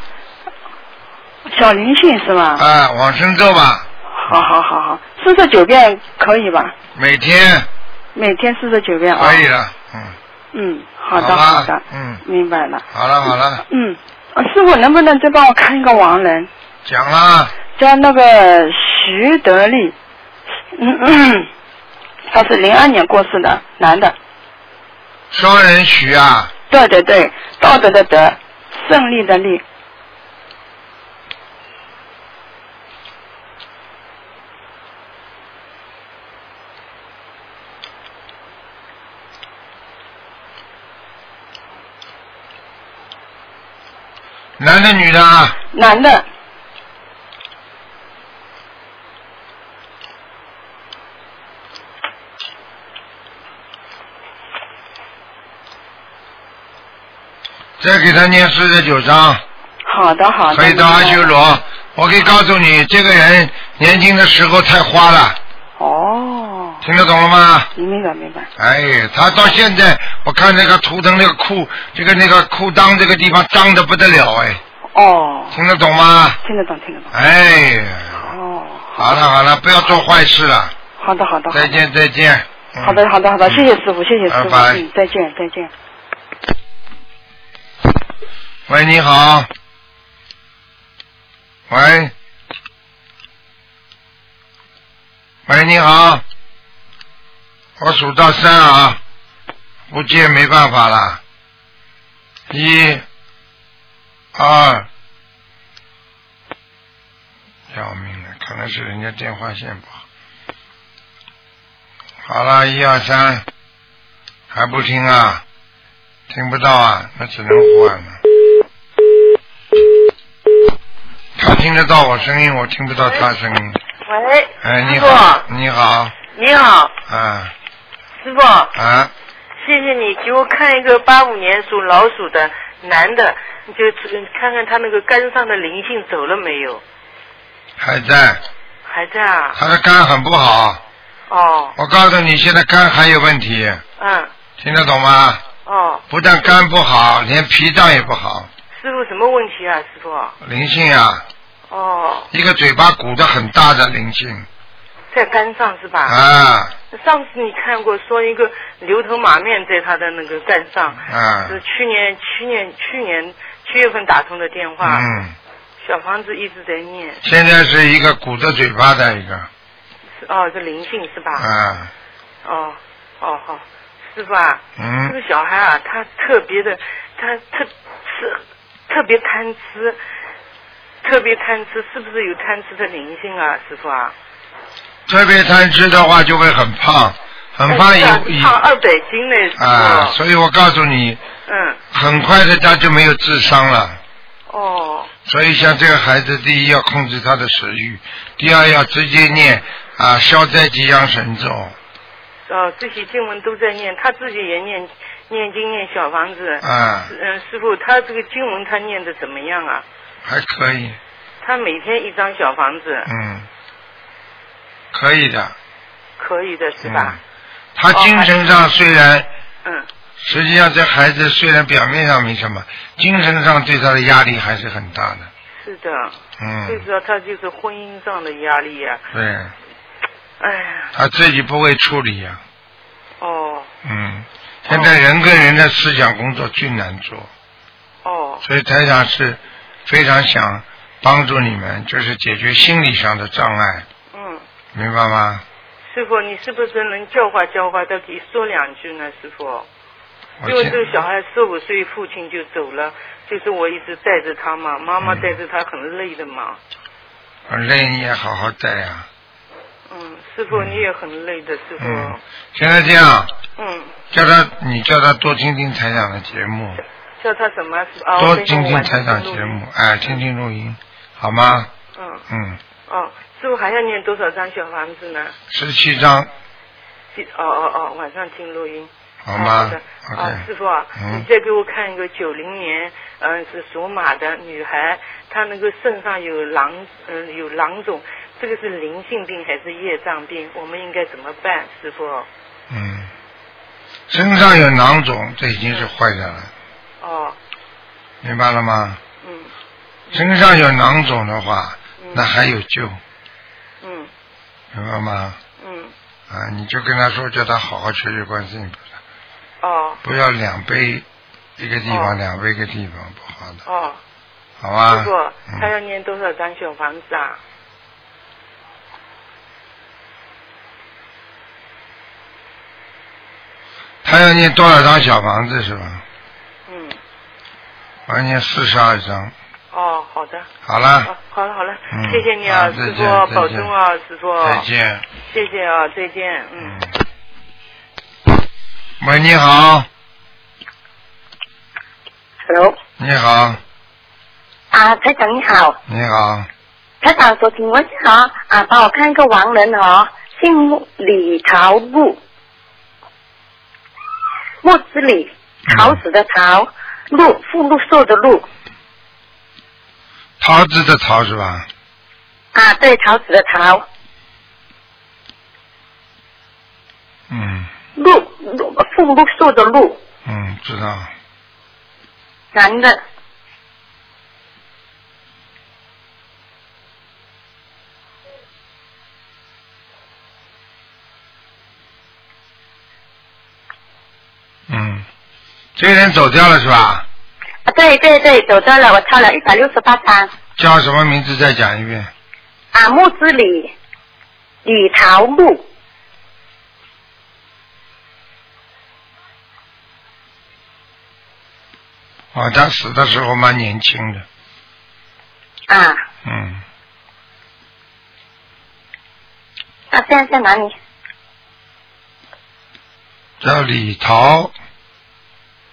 [SPEAKER 6] 小灵性是吧？
[SPEAKER 1] 往生咒吧，
[SPEAKER 6] 好好好好，四十九遍可以吧？
[SPEAKER 1] 每天
[SPEAKER 6] 每天四十九遍啊。
[SPEAKER 1] 可以了，嗯，
[SPEAKER 6] 嗯，好的
[SPEAKER 1] 好吧
[SPEAKER 6] 好的，
[SPEAKER 1] 嗯
[SPEAKER 6] 明白了。
[SPEAKER 1] 好了好了，
[SPEAKER 6] 嗯，呃师傅能不能再帮我看一个亡人，
[SPEAKER 1] 讲了，
[SPEAKER 6] 叫那个徐德利，嗯嗯，他是零二年过世的，男的，
[SPEAKER 1] 双人徐啊，
[SPEAKER 6] 对，对对对，道德的德，胜利的利，
[SPEAKER 1] 男的女的啊？
[SPEAKER 6] 男的
[SPEAKER 1] 再给他念四十九章，
[SPEAKER 6] 好的好的。
[SPEAKER 1] 可以到阿修罗。我可以告诉你，这个人年轻的时候太花了，
[SPEAKER 6] 哦，
[SPEAKER 1] 听得懂了吗？
[SPEAKER 6] 明白明白。
[SPEAKER 1] 哎，他到现在，我看那个图腾那个裤，这个那个裤裆这个地方脏的不得了，哎，
[SPEAKER 6] 哦，
[SPEAKER 1] 听得懂吗？
[SPEAKER 6] 听得懂听得懂。
[SPEAKER 1] 哎呀，
[SPEAKER 6] 哦，
[SPEAKER 1] 好了好了，不要做坏事了，
[SPEAKER 6] 好的好的。好
[SPEAKER 1] 再
[SPEAKER 6] 的
[SPEAKER 1] 见再见。嗯
[SPEAKER 6] 好的，好的，好的，谢谢师傅，谢谢师
[SPEAKER 1] 拜
[SPEAKER 6] 傅，
[SPEAKER 1] 拜
[SPEAKER 6] 嗯，再见，再见。
[SPEAKER 1] 喂，你好。喂。喂，你好。我数到三啊，不接没办法了。一、二，要命了，可能是人家电话线不好。好了，一二三，还不听啊？听不到啊，那只能换了。他听得到我声音，我听不到他声音。
[SPEAKER 7] 喂，
[SPEAKER 1] 哎，你
[SPEAKER 7] 师
[SPEAKER 1] 好，
[SPEAKER 7] 傅，
[SPEAKER 1] 你好，
[SPEAKER 7] 你好，
[SPEAKER 1] 啊
[SPEAKER 7] 师傅，
[SPEAKER 1] 啊，
[SPEAKER 7] 谢谢你给我看一个八五年属老鼠的男的，你就看看他那个肝上的灵性走了没有，
[SPEAKER 1] 还在，
[SPEAKER 7] 还在啊？
[SPEAKER 1] 他的肝很不好。
[SPEAKER 7] 哦，
[SPEAKER 1] 我告诉你，现在肝还有问题，
[SPEAKER 7] 嗯，
[SPEAKER 1] 听得懂吗？
[SPEAKER 7] 哦，
[SPEAKER 1] 不但肝不好，连脾脏也不好，
[SPEAKER 7] 师傅什么问题啊，师傅？
[SPEAKER 1] 灵性啊，
[SPEAKER 7] 哦，
[SPEAKER 1] 一个嘴巴鼓得很大的灵性
[SPEAKER 7] 在肝上是吧？
[SPEAKER 1] 啊
[SPEAKER 7] 上次你看过说一个牛头马面在他的那个肝上，
[SPEAKER 1] 啊，
[SPEAKER 7] 是去年去年去年七月份打通的电话，
[SPEAKER 1] 嗯，
[SPEAKER 7] 小房子一直在念，
[SPEAKER 1] 现在是一个鼓着嘴巴的一个
[SPEAKER 7] 是哦，是灵性是吧？
[SPEAKER 1] 啊，
[SPEAKER 7] 哦，哦好，师傅啊，这
[SPEAKER 1] 嗯
[SPEAKER 7] 个小孩啊，他特别的，他特吃，特别贪吃，特别贪吃，是不是有贪吃的灵性啊，师傅啊？
[SPEAKER 1] 特别贪吃的话就会很胖，很胖
[SPEAKER 7] 哎是啊
[SPEAKER 1] 以以
[SPEAKER 7] 胖二百斤呢，师傅。
[SPEAKER 1] 啊，所以我告诉你，
[SPEAKER 7] 嗯，
[SPEAKER 1] 很快的他就没有智商了。
[SPEAKER 7] 哦，
[SPEAKER 1] 所以像这个孩子，第一要控制他的食欲，第二要直接念啊消灾吉祥神咒
[SPEAKER 7] 哦，这些经文都在念，他自己也念念经念小房子。
[SPEAKER 1] 啊，
[SPEAKER 7] 嗯，师傅，他这个经文他念的怎么样啊？
[SPEAKER 1] 还可以，
[SPEAKER 7] 他每天一张小房子，
[SPEAKER 1] 嗯，可以的，
[SPEAKER 7] 可以的是
[SPEAKER 1] 嗯
[SPEAKER 7] 吧？。
[SPEAKER 1] 他精神上虽然，
[SPEAKER 7] 嗯，
[SPEAKER 1] 实际上这孩子虽然表面上没什么，精神上对他的压力还是很大的，
[SPEAKER 7] 是的。最
[SPEAKER 1] 嗯，
[SPEAKER 7] 主要他就是婚姻上的压力呀、
[SPEAKER 1] 对，
[SPEAKER 7] 哎呀，
[SPEAKER 1] 他自己不会处理呀、
[SPEAKER 7] 哦
[SPEAKER 1] 嗯，现在人跟人的思想工作最难做，
[SPEAKER 7] 哦
[SPEAKER 1] 所以台长是非常想帮助你们，就是解决心理上的障碍，
[SPEAKER 7] 嗯，
[SPEAKER 1] 明白吗？
[SPEAKER 7] 师傅，你是不是能教化教化他，给说两句呢，师傅？
[SPEAKER 1] 我
[SPEAKER 7] 因为
[SPEAKER 1] 现
[SPEAKER 7] 这个小孩四五岁，父亲就走了，就是我一直带着他嘛，妈妈
[SPEAKER 1] 嗯
[SPEAKER 7] 带着他很累的嘛。
[SPEAKER 1] 我累你也好好带啊呀、
[SPEAKER 7] 嗯，师傅你也很累的，师傅。
[SPEAKER 1] 嗯，现在这样，
[SPEAKER 7] 嗯，
[SPEAKER 1] 叫他你叫他多听听台长的节目，
[SPEAKER 7] 叫他什么？师傅啊，
[SPEAKER 1] 多
[SPEAKER 7] 我
[SPEAKER 1] 听听台长
[SPEAKER 7] 上
[SPEAKER 1] 节目，。哎，听听录音，好吗？
[SPEAKER 7] 嗯，
[SPEAKER 1] 嗯，
[SPEAKER 7] 哦，师傅还要念多少张小房子呢？
[SPEAKER 1] 十七章，
[SPEAKER 7] 记哦哦哦，晚上听录音。
[SPEAKER 1] 好吗
[SPEAKER 7] 好的啊，
[SPEAKER 1] ？OK，
[SPEAKER 7] 师傅啊，
[SPEAKER 1] 嗯
[SPEAKER 7] 你再给我看一个九零年，嗯、是属马的女孩，她那个肾上有囊，嗯、有囊肿，这个是灵性病还是业障病？我们应该怎么办，师傅？
[SPEAKER 1] 嗯，身上有囊肿，这已经是坏的了，
[SPEAKER 7] 哦，
[SPEAKER 1] 明白了吗？
[SPEAKER 7] 嗯
[SPEAKER 1] 身上有囊肿的话，那还有救，
[SPEAKER 7] 嗯
[SPEAKER 1] 明白吗？
[SPEAKER 7] 嗯，
[SPEAKER 1] 啊，你就跟他说，叫他好好学学观世音菩萨，
[SPEAKER 7] 哦
[SPEAKER 1] 不要两杯一个地方，
[SPEAKER 7] 哦
[SPEAKER 1] 两杯一个地方，不好的，
[SPEAKER 7] 哦，
[SPEAKER 1] 好吧
[SPEAKER 7] 师？傅，她
[SPEAKER 1] 嗯，
[SPEAKER 7] 要念多少张小房子啊？
[SPEAKER 1] 他要念多少张小房子是吧？
[SPEAKER 7] 嗯，
[SPEAKER 1] 完全四十二张，
[SPEAKER 7] 哦，好的，
[SPEAKER 1] 好了，
[SPEAKER 7] 哦好了好了
[SPEAKER 1] 啊嗯，
[SPEAKER 7] 谢谢你啊，
[SPEAKER 1] 好再
[SPEAKER 7] 师傅
[SPEAKER 1] 见再见，
[SPEAKER 7] 保重啊，师傅，
[SPEAKER 1] 再见。
[SPEAKER 7] 谢谢啊，再见，嗯。
[SPEAKER 1] 嗯。喂，你好，
[SPEAKER 3] Hello，
[SPEAKER 1] 你好，
[SPEAKER 3] 啊，台长你好，
[SPEAKER 1] 你好，
[SPEAKER 3] 台长所请问一下啊啊，帮我看一个亡人哦，姓李桃木，木子李，
[SPEAKER 1] 嗯
[SPEAKER 3] 桃子的桃，鹿福禄寿的鹿
[SPEAKER 1] 桃子的桃是吧？
[SPEAKER 3] 啊，对，桃子的桃，
[SPEAKER 1] 嗯
[SPEAKER 3] 鹿鹿福禄寿的鹿，
[SPEAKER 1] 嗯，知道。
[SPEAKER 3] 男的，
[SPEAKER 1] 嗯，这个人走掉了是吧？
[SPEAKER 3] 啊，对对对，走掉了，我抄了一百六十八张
[SPEAKER 1] 叫什么名字？再讲一遍。
[SPEAKER 3] 啊，木子李，李桃木，
[SPEAKER 1] 哦，他死的时候蛮年轻的，
[SPEAKER 3] 啊，
[SPEAKER 1] 嗯，
[SPEAKER 3] 那啊现在在哪里？
[SPEAKER 1] 叫李桃，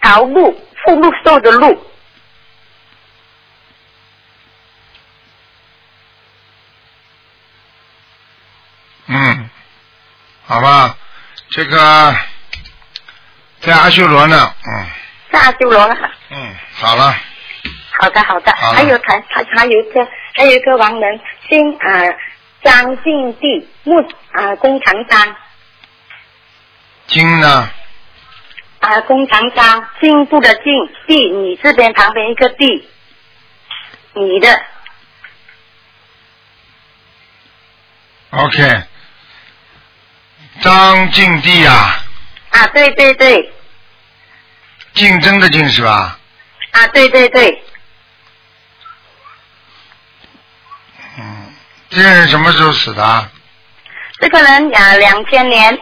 [SPEAKER 3] 桃木，福禄寿的禄。
[SPEAKER 1] 嗯，好吧，这个在阿修罗呢，嗯
[SPEAKER 3] 是阿修罗啊。
[SPEAKER 1] 嗯，好了，
[SPEAKER 3] 好的，好的。
[SPEAKER 1] 好了
[SPEAKER 3] 还有台台还有一个还有一个王人姓啊、呃张敬帝木啊、工长张
[SPEAKER 1] 经呢，
[SPEAKER 3] 啊、工长张进步的进帝女字边旁边一个帝，女的
[SPEAKER 1] OK，张敬帝啊，
[SPEAKER 3] 啊对对对
[SPEAKER 1] 竞争的竞是吧？
[SPEAKER 3] 啊对对对
[SPEAKER 1] 嗯，这个人什么时候死的啊？
[SPEAKER 3] 这个人啊两千年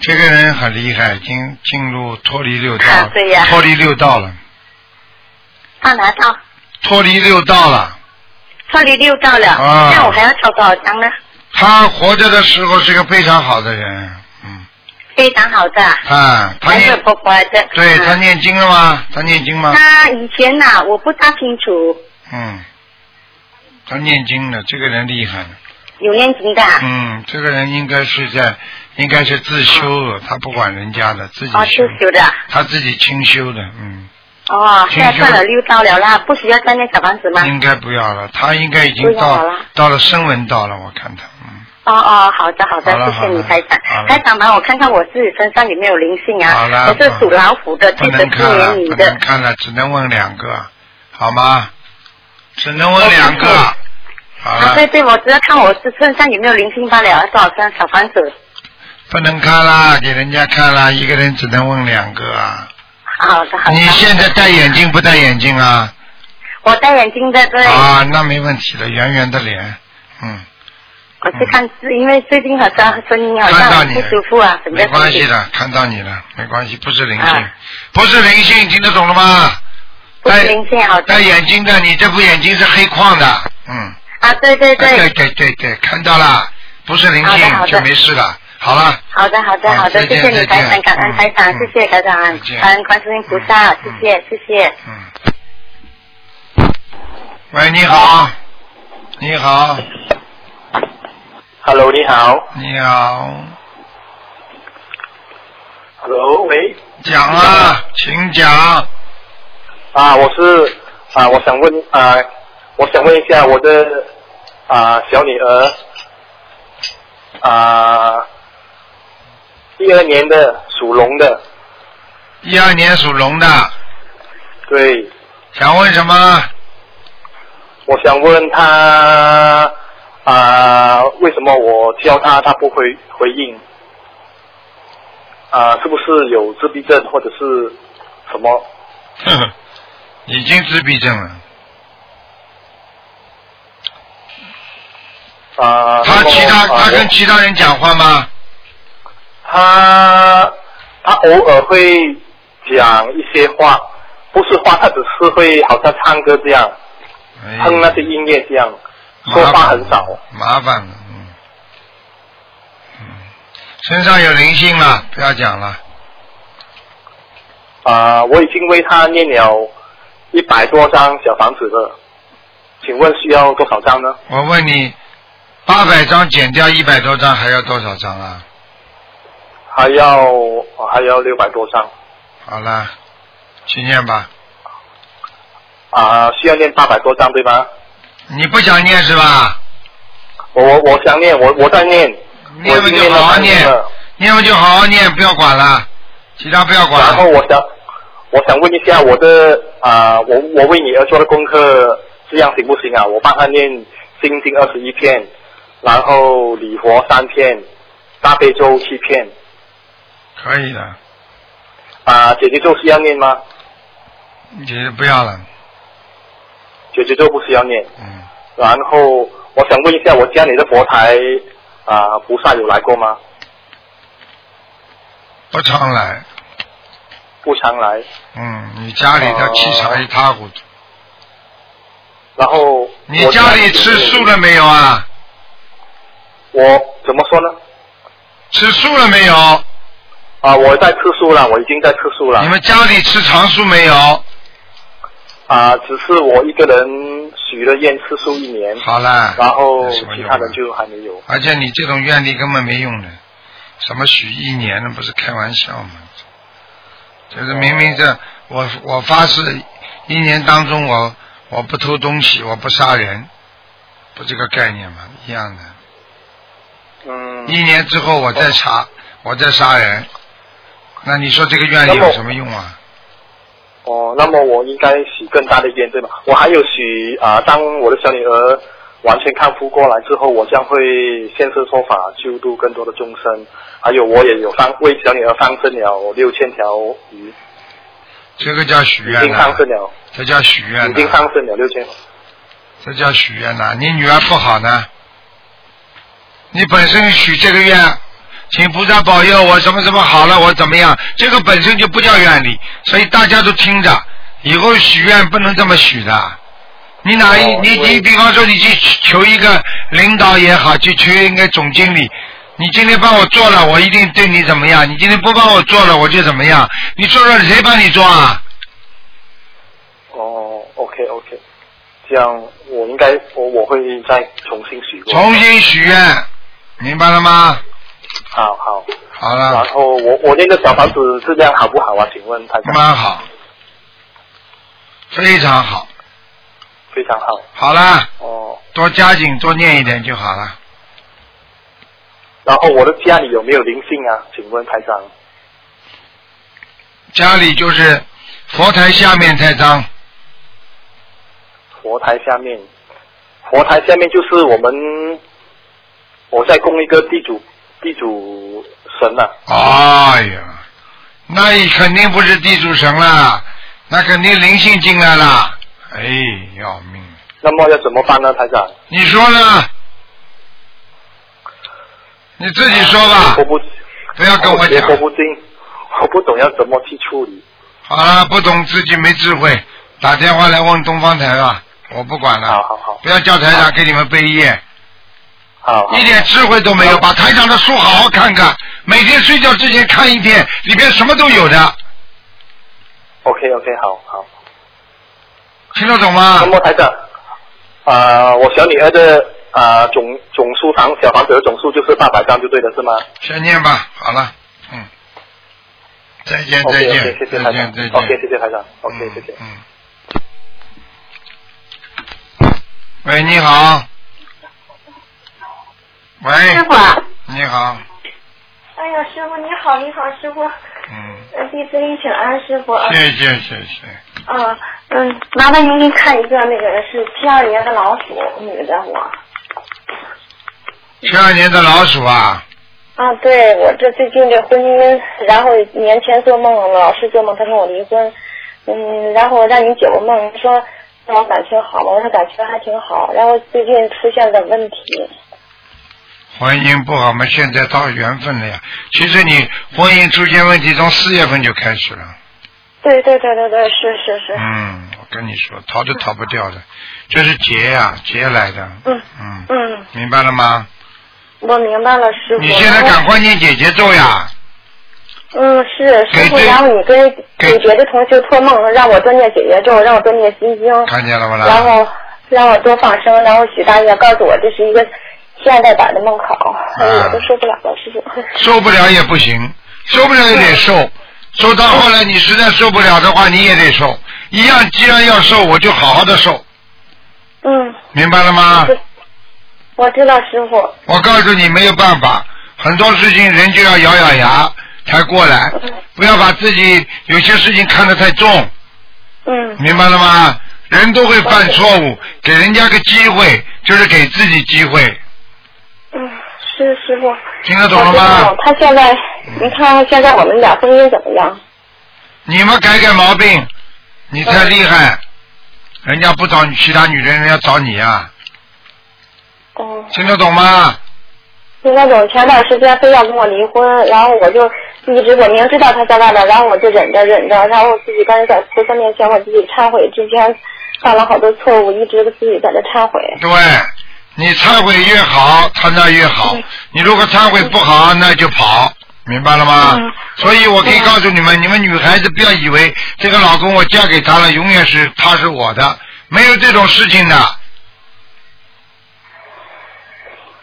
[SPEAKER 1] 这个人很厉害，已经进入脱离六道了，
[SPEAKER 3] 啊对呀
[SPEAKER 1] 脱离六道了，
[SPEAKER 3] 他拿到
[SPEAKER 1] 脱离六道了。
[SPEAKER 3] 这里六到了，
[SPEAKER 1] 啊
[SPEAKER 3] 那我还要抄多少张呢？
[SPEAKER 1] 他活着的时候是个非常好的人，嗯，
[SPEAKER 3] 非常好的啊，
[SPEAKER 1] 啊，他
[SPEAKER 3] 还是
[SPEAKER 1] 念，
[SPEAKER 3] 婆婆的。
[SPEAKER 1] 对
[SPEAKER 3] 啊
[SPEAKER 1] 他嗯念经了吗？他念经吗？
[SPEAKER 3] 他以前呐、我不大清楚，
[SPEAKER 1] 嗯，他念经了，这个人厉害了，
[SPEAKER 3] 有念经的、啊。
[SPEAKER 1] 嗯，这个人应该是在，应该是自修的，他不管人家的，自己
[SPEAKER 3] 哦，
[SPEAKER 1] 修
[SPEAKER 3] 是，修的啊。
[SPEAKER 1] 他自己清修的，嗯，
[SPEAKER 3] 哦，
[SPEAKER 1] 清
[SPEAKER 3] 现在
[SPEAKER 1] 修
[SPEAKER 3] 上了六道了啦，不需要再念小房子吗？
[SPEAKER 1] 应该不要了，他应该已
[SPEAKER 3] 不
[SPEAKER 1] 经
[SPEAKER 3] 要
[SPEAKER 1] 到
[SPEAKER 3] 了
[SPEAKER 1] 到了声闻道了，我看他，嗯，
[SPEAKER 3] 哦哦，好的好的，
[SPEAKER 1] 好了
[SPEAKER 3] 谢谢
[SPEAKER 1] 好了
[SPEAKER 3] 你台长
[SPEAKER 1] 好了。
[SPEAKER 3] 台长帮我看看我自己身上有没有灵性
[SPEAKER 1] 好
[SPEAKER 3] 啊？
[SPEAKER 1] 了
[SPEAKER 3] 我是属老虎的，
[SPEAKER 1] 不
[SPEAKER 3] 记得
[SPEAKER 1] 能
[SPEAKER 3] 今
[SPEAKER 1] 看了，
[SPEAKER 3] 年你
[SPEAKER 1] 不
[SPEAKER 3] 的
[SPEAKER 1] 能。看了，只能问两个，好吗？只能问两
[SPEAKER 3] 我看
[SPEAKER 1] 个
[SPEAKER 3] 看，
[SPEAKER 1] 好
[SPEAKER 3] 啊，
[SPEAKER 1] 了
[SPEAKER 3] 对。对，我只要看我是身上有没有灵性罢了，多少张小房子？
[SPEAKER 1] 不能看啦，给人家看啦，一个人只能问两个啊。
[SPEAKER 3] 好的好的。
[SPEAKER 1] 你现在戴眼镜不戴眼镜啊？
[SPEAKER 3] 我戴眼镜的，对。
[SPEAKER 1] 啊，那没问题了，圆圆的脸，嗯，
[SPEAKER 3] 我去看，是因为最近好像声音好
[SPEAKER 1] 看到
[SPEAKER 3] 像
[SPEAKER 1] 你
[SPEAKER 3] 不
[SPEAKER 1] 了
[SPEAKER 3] 舒服啊，整个
[SPEAKER 1] 没关系
[SPEAKER 3] 身体
[SPEAKER 1] 的，看到你了，没关系，不是灵性，
[SPEAKER 3] 啊
[SPEAKER 1] 不是灵性，听得懂了吗？
[SPEAKER 3] 不
[SPEAKER 1] 戴
[SPEAKER 3] 是灵性，好的
[SPEAKER 1] 戴眼镜的，你这副眼睛是黑框的，嗯，
[SPEAKER 3] 啊，对
[SPEAKER 1] 哎
[SPEAKER 3] 对
[SPEAKER 1] 对
[SPEAKER 3] 对，
[SPEAKER 1] 对对对，看到了，不是灵
[SPEAKER 3] 好的
[SPEAKER 1] 性
[SPEAKER 3] 好的
[SPEAKER 1] 就没事了，好了，
[SPEAKER 3] 好的，好的，
[SPEAKER 1] 好
[SPEAKER 3] 好的
[SPEAKER 1] 再，
[SPEAKER 3] 谢
[SPEAKER 1] 见
[SPEAKER 3] 谢你
[SPEAKER 1] 再
[SPEAKER 3] 台
[SPEAKER 1] 见
[SPEAKER 3] 长，感
[SPEAKER 1] 嗯
[SPEAKER 3] 恩台长，
[SPEAKER 1] 嗯
[SPEAKER 3] 谢谢台长，
[SPEAKER 1] 再见
[SPEAKER 3] 感恩观世音菩萨，谢谢，谢谢。
[SPEAKER 1] 嗯。喂，你
[SPEAKER 8] 啊
[SPEAKER 1] 好，你好，
[SPEAKER 8] Hello，你好。
[SPEAKER 1] 你好。
[SPEAKER 8] Hello，喂。
[SPEAKER 1] 讲啊，请讲。
[SPEAKER 8] 啊，我是啊，我想问啊，我想问一下我的啊小女儿啊，一二年的属龙的，
[SPEAKER 1] 一二年属龙的，
[SPEAKER 8] 对，
[SPEAKER 1] 想问什么？
[SPEAKER 8] 我想问她啊，为什么我叫她她不回回应？啊，是不是有自闭症或者是什么？
[SPEAKER 1] 呵呵已经自闭症了。
[SPEAKER 8] 啊，
[SPEAKER 1] 他
[SPEAKER 8] 那么
[SPEAKER 1] 其他
[SPEAKER 8] 啊
[SPEAKER 1] 他
[SPEAKER 8] 我
[SPEAKER 1] 跟其他人讲话吗？
[SPEAKER 8] 他他偶尔会讲一些话，不是话，他只是会好像唱歌这样，
[SPEAKER 1] 哎，
[SPEAKER 8] 哼那些音乐这样，
[SPEAKER 1] 麻
[SPEAKER 8] 说
[SPEAKER 1] 烦
[SPEAKER 8] 话很少。
[SPEAKER 1] 麻烦了，嗯，嗯，身上有灵性了，不要讲了，
[SPEAKER 8] 啊、我已经为他念了一百多张小房子了，请问需要多少张呢？
[SPEAKER 1] 我问你，八百张减掉一百多张，还要多少张啊？
[SPEAKER 8] 还要哦还要六百多张
[SPEAKER 1] 好了，去念吧。
[SPEAKER 8] 啊、需要念八百多张对吗？
[SPEAKER 1] 你不想念是吧？
[SPEAKER 8] 我我我想念，我我在念，
[SPEAKER 1] 念
[SPEAKER 8] 我已
[SPEAKER 1] 嘛
[SPEAKER 8] 经
[SPEAKER 1] 就
[SPEAKER 8] 念了
[SPEAKER 1] 好好
[SPEAKER 8] 三年
[SPEAKER 1] 念，
[SPEAKER 8] 了。
[SPEAKER 1] 念嘛就好好念，不要管了，其他不要管
[SPEAKER 8] 然后
[SPEAKER 1] 了。
[SPEAKER 8] 我想，我想问一下我的啊、我我为你而做的功课这样行不行啊？我帮他念心经二十一片，然后礼佛三片，大悲咒七片
[SPEAKER 1] 可以的，
[SPEAKER 8] 啊、姐姐咒需要念吗？
[SPEAKER 1] 你不要了，
[SPEAKER 8] 姐姐咒不需要念。
[SPEAKER 1] 嗯，
[SPEAKER 8] 然后我想问一下，我家里的佛台啊、菩萨有来过吗？
[SPEAKER 1] 不常来，
[SPEAKER 8] 不常来。
[SPEAKER 1] 嗯，你家里的气场一塌糊
[SPEAKER 8] 哦
[SPEAKER 1] 涂。
[SPEAKER 8] 然后
[SPEAKER 1] 你
[SPEAKER 8] 我
[SPEAKER 1] 家里吃素了？没有啊？
[SPEAKER 8] 我怎么说呢？
[SPEAKER 1] 吃素了没有？
[SPEAKER 8] 啊，我在吃素了，我已经在吃素了
[SPEAKER 1] 你。们家里吃长素没有？
[SPEAKER 8] 啊，只是我一个人许了愿吃素一年，
[SPEAKER 1] 好了，
[SPEAKER 8] 然后
[SPEAKER 1] 有什么
[SPEAKER 8] 其
[SPEAKER 1] 用啊
[SPEAKER 8] 他人就还没有。
[SPEAKER 1] 而且你这种愿力根本没用的，什么许一年那不是开玩笑吗？就是明明这我我发誓，一年当中我我不偷东西，我不杀人，不这个概念嘛，一样的。
[SPEAKER 8] 嗯，
[SPEAKER 1] 一年之后我再查，
[SPEAKER 8] 哦
[SPEAKER 1] 我再杀人，那你说这个愿力有什么用啊？
[SPEAKER 8] 哦，那么我应该许更大的愿对吧？我还有许啊，当我的小女儿完全康复过来之后，我将会现身说法，救度更多的众生。还有，我也有放为小女儿放生了六千条鱼，
[SPEAKER 1] 这个叫许
[SPEAKER 8] 已
[SPEAKER 1] 愿
[SPEAKER 8] 经放
[SPEAKER 1] 了，
[SPEAKER 8] 生了，
[SPEAKER 1] 这叫许愿啊
[SPEAKER 8] 已经
[SPEAKER 1] 了，
[SPEAKER 8] 放生了六千。
[SPEAKER 1] 这叫许愿了。你女儿不好呢，你本身许这个愿，请菩萨保佑我什么什么好了，我怎么样？这个本身就不叫愿力，所以大家都听着，以后许愿不能这么许的。你哪一
[SPEAKER 8] 哦
[SPEAKER 1] 你
[SPEAKER 8] 对
[SPEAKER 1] 你比方说你去求一个领导也好，去求一个总经理，你今天帮我做了，我一定对你怎么样；你今天不帮我做了，我就怎么样。你做了谁帮你做啊？
[SPEAKER 8] 哦，OK OK，这样我应该我我会再重新许过。
[SPEAKER 1] 重新许愿，明白了吗？
[SPEAKER 8] 好好，
[SPEAKER 1] 好
[SPEAKER 8] 然
[SPEAKER 1] 了，
[SPEAKER 8] 后我我那个小房子质量好不好啊？请问台长，
[SPEAKER 1] 蛮好，非常好。
[SPEAKER 8] 非常好
[SPEAKER 1] 好了，
[SPEAKER 8] 哦。
[SPEAKER 1] 多加紧，多念一点就好了。
[SPEAKER 8] 然后我的家里有没有灵性啊？请问台长。
[SPEAKER 1] 家里就是佛台下面太脏，
[SPEAKER 8] 佛台下面，佛台下面就是我们我在供一个地主地主神啊呐、
[SPEAKER 1] 哎呀，那肯定不是地主神了，那肯定灵性进来了。哎，要命！
[SPEAKER 8] 那么要怎么办呢，台长？
[SPEAKER 1] 你说呢？你自己说吧
[SPEAKER 8] 我，
[SPEAKER 1] 不
[SPEAKER 8] 不
[SPEAKER 1] 啊要跟我
[SPEAKER 8] 我
[SPEAKER 1] 讲
[SPEAKER 8] 说。不清，我不懂要怎么去处理。
[SPEAKER 1] 好了，不懂自己没智慧，打电话来问东方台吧，我不管
[SPEAKER 8] 好
[SPEAKER 1] 了，
[SPEAKER 8] 好好，
[SPEAKER 1] 不要叫台长给你们背业。
[SPEAKER 8] 好好
[SPEAKER 1] 一点智慧都没有，把台长的书好好看看，每天睡觉之前看一遍，里边什么都有的，
[SPEAKER 8] ，OK OK，好好。
[SPEAKER 1] 听得懂吗
[SPEAKER 8] 那？么台长，啊、我小女儿的啊、总总数房小房子的总数就是八百张就对了是吗
[SPEAKER 1] 先念吧，好了，嗯，再见再
[SPEAKER 8] ？OK
[SPEAKER 1] 见
[SPEAKER 8] OK，谢谢
[SPEAKER 1] 再
[SPEAKER 8] 台
[SPEAKER 1] 见
[SPEAKER 8] 长
[SPEAKER 1] 再见
[SPEAKER 8] ，OK 谢谢台长，OK 谢谢。
[SPEAKER 1] 嗯。嗯喂，你好。
[SPEAKER 5] 师
[SPEAKER 1] 喂，
[SPEAKER 5] 傅啊，
[SPEAKER 1] 你好，
[SPEAKER 5] 哎呀，师傅你好，你好，师傅，
[SPEAKER 1] 嗯，
[SPEAKER 5] 呃弟子给你请安，师傅。啊
[SPEAKER 1] 谢谢谢谢，
[SPEAKER 5] 嗯嗯，麻烦您给看一个那个是七二年的老鼠女的我。
[SPEAKER 1] 七二年的老鼠啊，
[SPEAKER 5] 啊，对我这最近这婚姻，然后年前做梦老是做梦，他跟我离婚，嗯，然后让你解个梦，你说那我感情好吗？我说感情还挺好，然后最近出现了问题，
[SPEAKER 1] 婚姻不好嘛，现在到缘分了呀。其实你婚姻出现问题，从四月份就开始了。
[SPEAKER 5] 对对对对对，是是是，
[SPEAKER 1] 嗯，我跟你说，逃都逃不掉的，这是劫呀、劫来的。
[SPEAKER 5] 嗯
[SPEAKER 1] 嗯，
[SPEAKER 5] 嗯，
[SPEAKER 1] 明白了吗？
[SPEAKER 5] 我明白了，师傅。
[SPEAKER 1] 你现在赶快念姐姐咒呀！
[SPEAKER 5] 嗯，是师
[SPEAKER 1] 给
[SPEAKER 5] 傅，
[SPEAKER 1] 这
[SPEAKER 5] 然后你跟
[SPEAKER 1] 给
[SPEAKER 5] 你别的同学托梦，让我多念解结咒，让我多念心经，
[SPEAKER 1] 看见了不啦？
[SPEAKER 5] 嗯然后让我多放生，然后许大愿，告诉我这是一个现代版的梦考，
[SPEAKER 1] 啊
[SPEAKER 5] 哎呦，我都受不了了， 师傅。
[SPEAKER 1] 受不了也不行，受不了也得受，受到后来你实在受不了的话，你也得受。一样，既然要受，我就好好的受，
[SPEAKER 5] 嗯，
[SPEAKER 1] 明白了吗？
[SPEAKER 5] 是我知道师傅，
[SPEAKER 1] 我告诉你，没有办法，很多事情人就要咬咬牙才过来，不要把自己有些事情看得太重，
[SPEAKER 5] 嗯
[SPEAKER 1] 明白了吗？人都会犯错误，给人家个机会就是给自己机会，
[SPEAKER 5] 嗯，是师傅。
[SPEAKER 1] 听得懂了
[SPEAKER 5] 我知
[SPEAKER 1] 吗
[SPEAKER 5] 道？他现在，您看现在我们俩婚姻怎么样？
[SPEAKER 1] 你们改改毛病，你才厉害，人家不找你其他女人，人家找你啊。
[SPEAKER 5] 哦，
[SPEAKER 1] 听得懂吗？
[SPEAKER 5] 就那种前段时间非要跟我离婚，然后我就一直我明知道他在外边，然后我就忍着忍着，然后自己但是在菩萨面前我自己忏悔之前犯了好多错误，一直自己在这忏悔。
[SPEAKER 1] 对，你忏悔越好，他那越好。你如果忏悔不好，那就跑，明白了吗？
[SPEAKER 5] 嗯
[SPEAKER 1] 所以我可以告诉你们，你们女孩子不要以为这个老公我嫁给他了，永远是他是我的，没有这种事情的。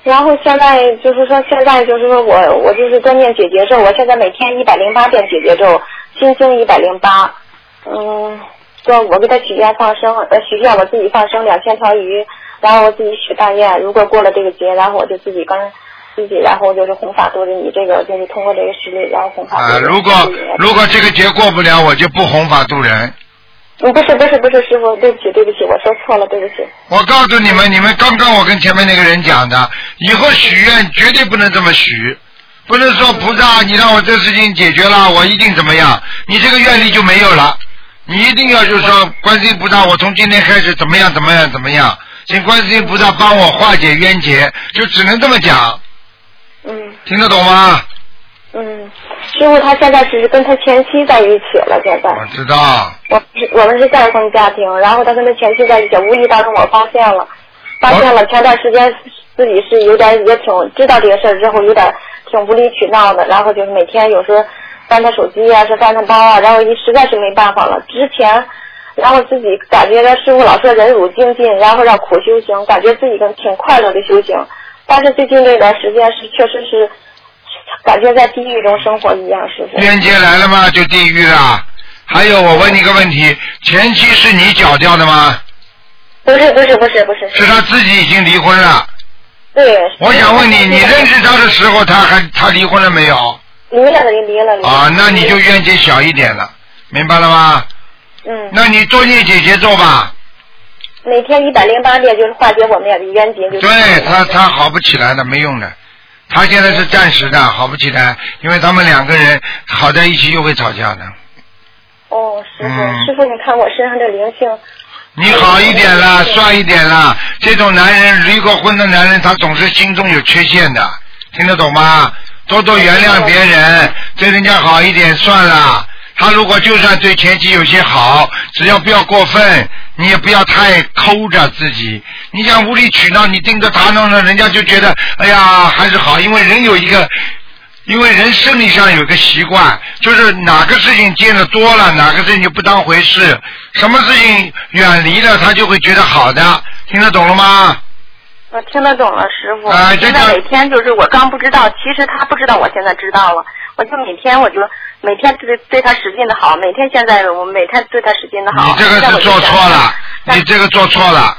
[SPEAKER 5] 然后现在就是说现在就是说我我就是多念解结咒，我现在每天一百零八遍解结咒，心经一百零八，嗯，就我给他许愿放生，呃许愿我自己放生两千条鱼，然后我自己许大愿，如果过了这个节，然后我就自己跟自己，然后就是弘法度人，以这个就是通过这个实力，然后弘法
[SPEAKER 1] 啊、
[SPEAKER 5] 度人。
[SPEAKER 1] 如果如果这个节过不了，我就不弘法度人。
[SPEAKER 5] 嗯，不是不是不是，师傅，对不起对不起，我说错了，对不起。
[SPEAKER 1] 我告诉你们，你们刚刚我跟前面那个人讲的，以后许愿绝对不能这么许，不能说菩萨，你让我这事情解决了，我一定怎么样，你这个愿力就没有了。你一定要就是说，观世音菩萨，我从今天开始怎么样怎么样怎么样，请观世音菩萨帮我化解冤结，就只能这么讲，
[SPEAKER 5] 嗯
[SPEAKER 1] 听得懂吗？
[SPEAKER 5] 嗯，师傅他现在只是跟他前妻在一起了，现在。
[SPEAKER 1] 我知道，
[SPEAKER 5] 我是我们是再婚家庭，然后他跟他前妻在一起，无意当中我发现了，发现了前段时间自己是有点也挺知道这个事儿之后有点挺无理取闹的，然后就是每天有时候翻他手机啊，是翻他包啊，然后一实在是没办法了。之前，然后自己感觉师傅老说忍辱精进，然后让苦修行，感觉自己跟挺快乐的修行，但是最近这段时间是确实是感觉在地狱中生活一样，师傅。
[SPEAKER 1] 冤结来了嘛，就地狱了。还有，我问你个问题，前期是你搅掉的吗？
[SPEAKER 5] 不是不是不是不是，
[SPEAKER 1] 是他自己已经离婚了。
[SPEAKER 5] 对。
[SPEAKER 1] 我想问你，你认识他的时候，他还他离婚了没有？
[SPEAKER 5] 离了，离离了，离了。
[SPEAKER 1] 啊，那你就冤结小一点了，明白了吗？
[SPEAKER 5] 嗯，
[SPEAKER 1] 那你多念姐姐咒吧，
[SPEAKER 5] 每天一百零八遍就是化解我们俩的冤结，就是
[SPEAKER 1] 对他他好不起来的，没用的。他现在是暂时的，好不起来，因为他们两个人好在一起又会吵架的。
[SPEAKER 5] 哦，师傅，
[SPEAKER 1] 嗯
[SPEAKER 5] 师傅，你看我身上的灵性，
[SPEAKER 1] 你好一点啦，帅一点啦。这种男人，离过婚的男人，他总是心中有缺陷的，听得懂吗？多多原谅别人，对人家好一点算了。他如果就算对前妻有些好，只要不要过分，你也不要太抠着自己。你想无理取闹，你盯着他弄呢，人家就觉得哎呀还是好，因为人有一个因为人生理上有个习惯，就是哪个事情见得多了，哪个事情就不当回事，什么事情远离了，他就会觉得好的，听得懂了吗？
[SPEAKER 9] 我听得懂了，师傅。
[SPEAKER 1] 哎这
[SPEAKER 9] 现在
[SPEAKER 1] 叫
[SPEAKER 9] 每天就是我刚不知道，其实他不知道，我现在知道了。我就每天我就每天对对他使劲的好，每天现在我每天对他使劲的好。
[SPEAKER 1] 你这个
[SPEAKER 9] 现在
[SPEAKER 1] 是
[SPEAKER 9] 我就
[SPEAKER 1] 做错了，
[SPEAKER 9] 想
[SPEAKER 1] 你这个做错了，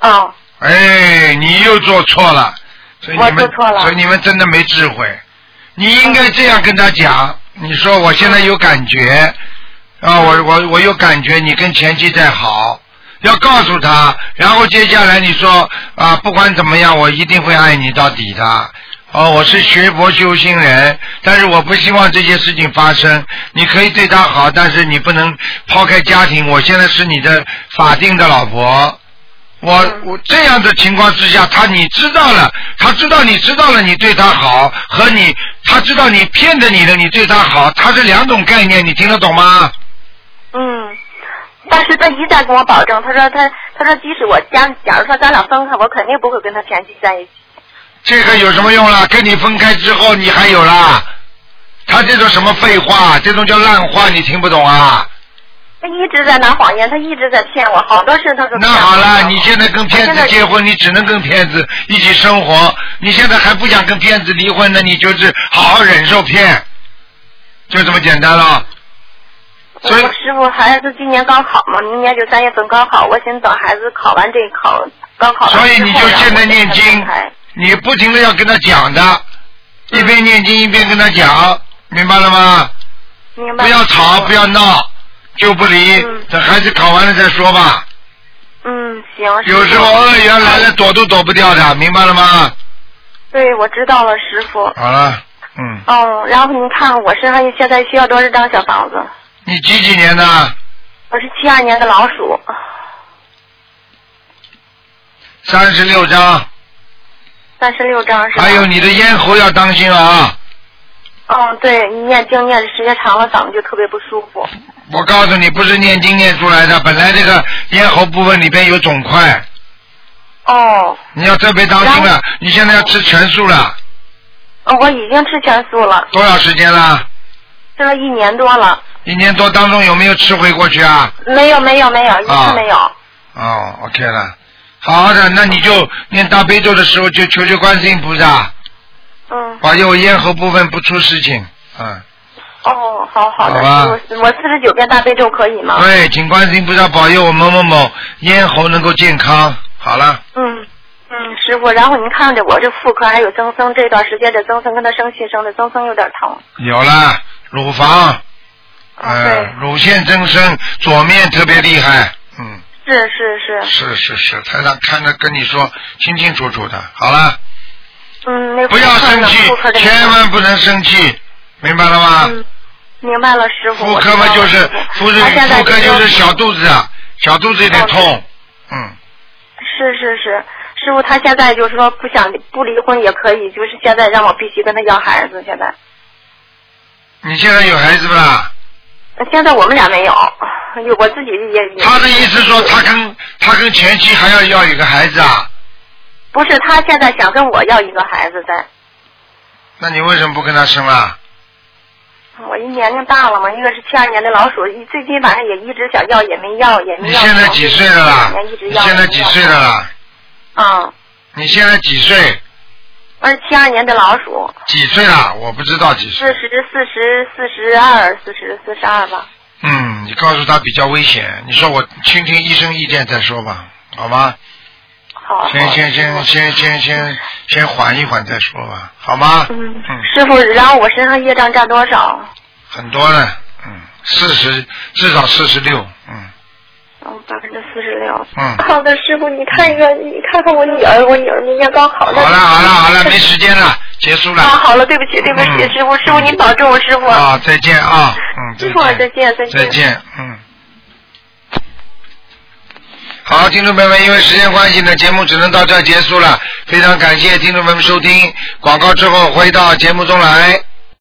[SPEAKER 9] 哦，
[SPEAKER 1] 哎，你又做错了，所以你
[SPEAKER 9] 我
[SPEAKER 1] 们
[SPEAKER 9] 做错了
[SPEAKER 1] 所以你们真的没智慧。你应该这样跟他讲，你说我现在有感觉，啊，我我我有感觉，你跟前妻在好，要告诉他，然后接下来你说啊，不管怎么样，我一定会爱你到底的。哦，我是学佛修心人，但是我不希望这些事情发生。你可以对他好，但是你不能抛开家庭。我现在是你的法定的老婆，我我这样的情况之下，他你知道了，他知道你知道了，你对他好和你他知道你骗着你的，你对他好，他是两种概念，你听得懂吗？
[SPEAKER 5] 嗯，但是他一再跟我保证，他说他他说即使我家，假如说咱俩分开，我肯定不会跟他前妻在一起。
[SPEAKER 1] 这个有什么用啦？跟你分开之后，你还有啦？他这种什么废话，这种叫烂话，你听不懂啊？
[SPEAKER 5] 他一直在拿谎言，他一直在骗我，好多事他都。
[SPEAKER 1] 那好了，你现在跟骗子结婚，你只能跟骗子一起生活。你现在还不想跟骗子离婚，那你就是好好忍受骗，就这么简单了。
[SPEAKER 5] 我师傅孩子今年高考嘛，明年就三月份高考，我想等孩子考完这一考高考完之后。
[SPEAKER 1] 所以你就现在念经
[SPEAKER 5] 然后我再分开，嗯
[SPEAKER 1] 你不停的要跟他讲的，一边念经一边跟他讲，明白了吗？
[SPEAKER 5] 明白。
[SPEAKER 1] 不要吵，不要闹，就不离，等孩子考完了再说吧。
[SPEAKER 5] 嗯，行。
[SPEAKER 1] 有时候恶缘来
[SPEAKER 5] 嗯
[SPEAKER 1] 了，躲都躲不掉的，明白了吗？
[SPEAKER 5] 对，我知道了，师傅。
[SPEAKER 1] 好了，嗯，
[SPEAKER 5] 嗯，然后您看我身上现在需要多少张小房子？
[SPEAKER 1] 你几几年的？
[SPEAKER 5] 我是七二年的老鼠，
[SPEAKER 1] 三十六张，
[SPEAKER 5] 三十六张是啊吧？
[SPEAKER 1] 还有你的咽喉要当心啊！
[SPEAKER 5] 嗯，对你念经念的时间长了，嗓子就特别不舒服。
[SPEAKER 1] 我告诉你，不是念经念出来的，本来这个咽喉部分里边有肿块，
[SPEAKER 5] 哦，
[SPEAKER 1] 你要特别当心了。你现在要吃全素了，
[SPEAKER 5] 呃我已经吃全素了，
[SPEAKER 1] 多少时间了？
[SPEAKER 5] 吃了一年多了，
[SPEAKER 1] 一年多当中有没有吃回过去啊？
[SPEAKER 5] 没有没有没有，一
[SPEAKER 1] 啊
[SPEAKER 5] 次没有。
[SPEAKER 1] 哦，OK 了，好好的，那你就念大悲咒的时候就求求观世音菩萨，
[SPEAKER 5] 嗯，
[SPEAKER 1] 保佑我咽喉部分不出事情。嗯，
[SPEAKER 5] 哦，好好
[SPEAKER 1] 好
[SPEAKER 5] 的，
[SPEAKER 1] 吧
[SPEAKER 5] 我我四十九遍大悲咒可以吗？
[SPEAKER 1] 对，请观世音菩萨保佑我某某某咽喉能够健康。好了，
[SPEAKER 5] 嗯嗯，师傅，然后您看着我这妇科还有增生，这段时间这增生跟他生气生的增生有点疼。
[SPEAKER 1] 有了，乳房，呃
[SPEAKER 5] 对，
[SPEAKER 1] 乳腺增生，左面特别厉害。嗯，
[SPEAKER 5] 是是是，
[SPEAKER 1] 是是是，台长看着跟你说清清楚楚的。好了，
[SPEAKER 5] 嗯，那
[SPEAKER 1] 不要生气
[SPEAKER 5] 妇科，这个
[SPEAKER 1] 千万不能生气，明白了吗？
[SPEAKER 5] 嗯，明白了，师傅。
[SPEAKER 1] 妇
[SPEAKER 5] 我知
[SPEAKER 1] 科
[SPEAKER 5] 道
[SPEAKER 1] 嘛
[SPEAKER 5] 了
[SPEAKER 1] 就是
[SPEAKER 5] 师
[SPEAKER 1] 妇
[SPEAKER 5] 傅
[SPEAKER 1] 是
[SPEAKER 5] 他现在
[SPEAKER 1] 妇科就是小
[SPEAKER 5] 是
[SPEAKER 1] 肚子啊，小肚子有点痛
[SPEAKER 5] 哦，
[SPEAKER 1] 嗯，
[SPEAKER 5] 是是是，师傅他现在就是说不想不离婚也可以，就是现在让我必须跟他要孩子。现在，
[SPEAKER 1] 你现在有孩子不啦？
[SPEAKER 5] 现在我们俩没有，有我自己也也。
[SPEAKER 1] 他的意思说他跟他跟前妻还要要一个孩子啊？
[SPEAKER 5] 不是他现在想跟我要一个孩子在，
[SPEAKER 1] 那你为什么不跟他生啊？
[SPEAKER 5] 我一年龄大了嘛，一个是七二年的老鼠，一最近反正也一直想要也没要也没
[SPEAKER 1] 你
[SPEAKER 5] 要。
[SPEAKER 1] 现在几岁了啦
[SPEAKER 5] 两？年一直
[SPEAKER 1] 你
[SPEAKER 5] 嗯要
[SPEAKER 1] 现在几岁了？啦？
[SPEAKER 5] 嗯，
[SPEAKER 1] 你现在几岁？
[SPEAKER 5] 我是七二年的老鼠，
[SPEAKER 1] 几岁啦？我不知道几
[SPEAKER 5] 四
[SPEAKER 1] 岁。
[SPEAKER 5] 十、四十、四十二、四十、四十二吧。
[SPEAKER 1] 嗯，你告诉他比较危险，你说我听听医生意见再说吧，好吗？
[SPEAKER 5] 好。
[SPEAKER 1] 先
[SPEAKER 5] 好
[SPEAKER 1] 先先先先先先缓一缓再说吧，好吗？
[SPEAKER 5] 嗯
[SPEAKER 1] 嗯，
[SPEAKER 5] 师傅，然后我身上业障占多少？
[SPEAKER 1] 很多了，嗯，四十至少四十六，嗯
[SPEAKER 5] 嗯，百分之四十六。
[SPEAKER 1] 嗯，
[SPEAKER 10] 好的，师傅，你看一个，你看看我女儿，我女儿明年高考。
[SPEAKER 1] 好了好了好了，没时间了，结束
[SPEAKER 5] 啊，
[SPEAKER 1] 了，
[SPEAKER 5] 好了，对不起，对不起，
[SPEAKER 1] 嗯
[SPEAKER 5] 师傅，师傅您保重，师傅。
[SPEAKER 1] 啊，再见啊，嗯，
[SPEAKER 5] 师傅，再见，再
[SPEAKER 1] 再见，嗯。好，听众朋友们，因为时间关系呢，节目只能到这儿结束了。非常感谢听众朋友们收听，广告之后回到节目中来。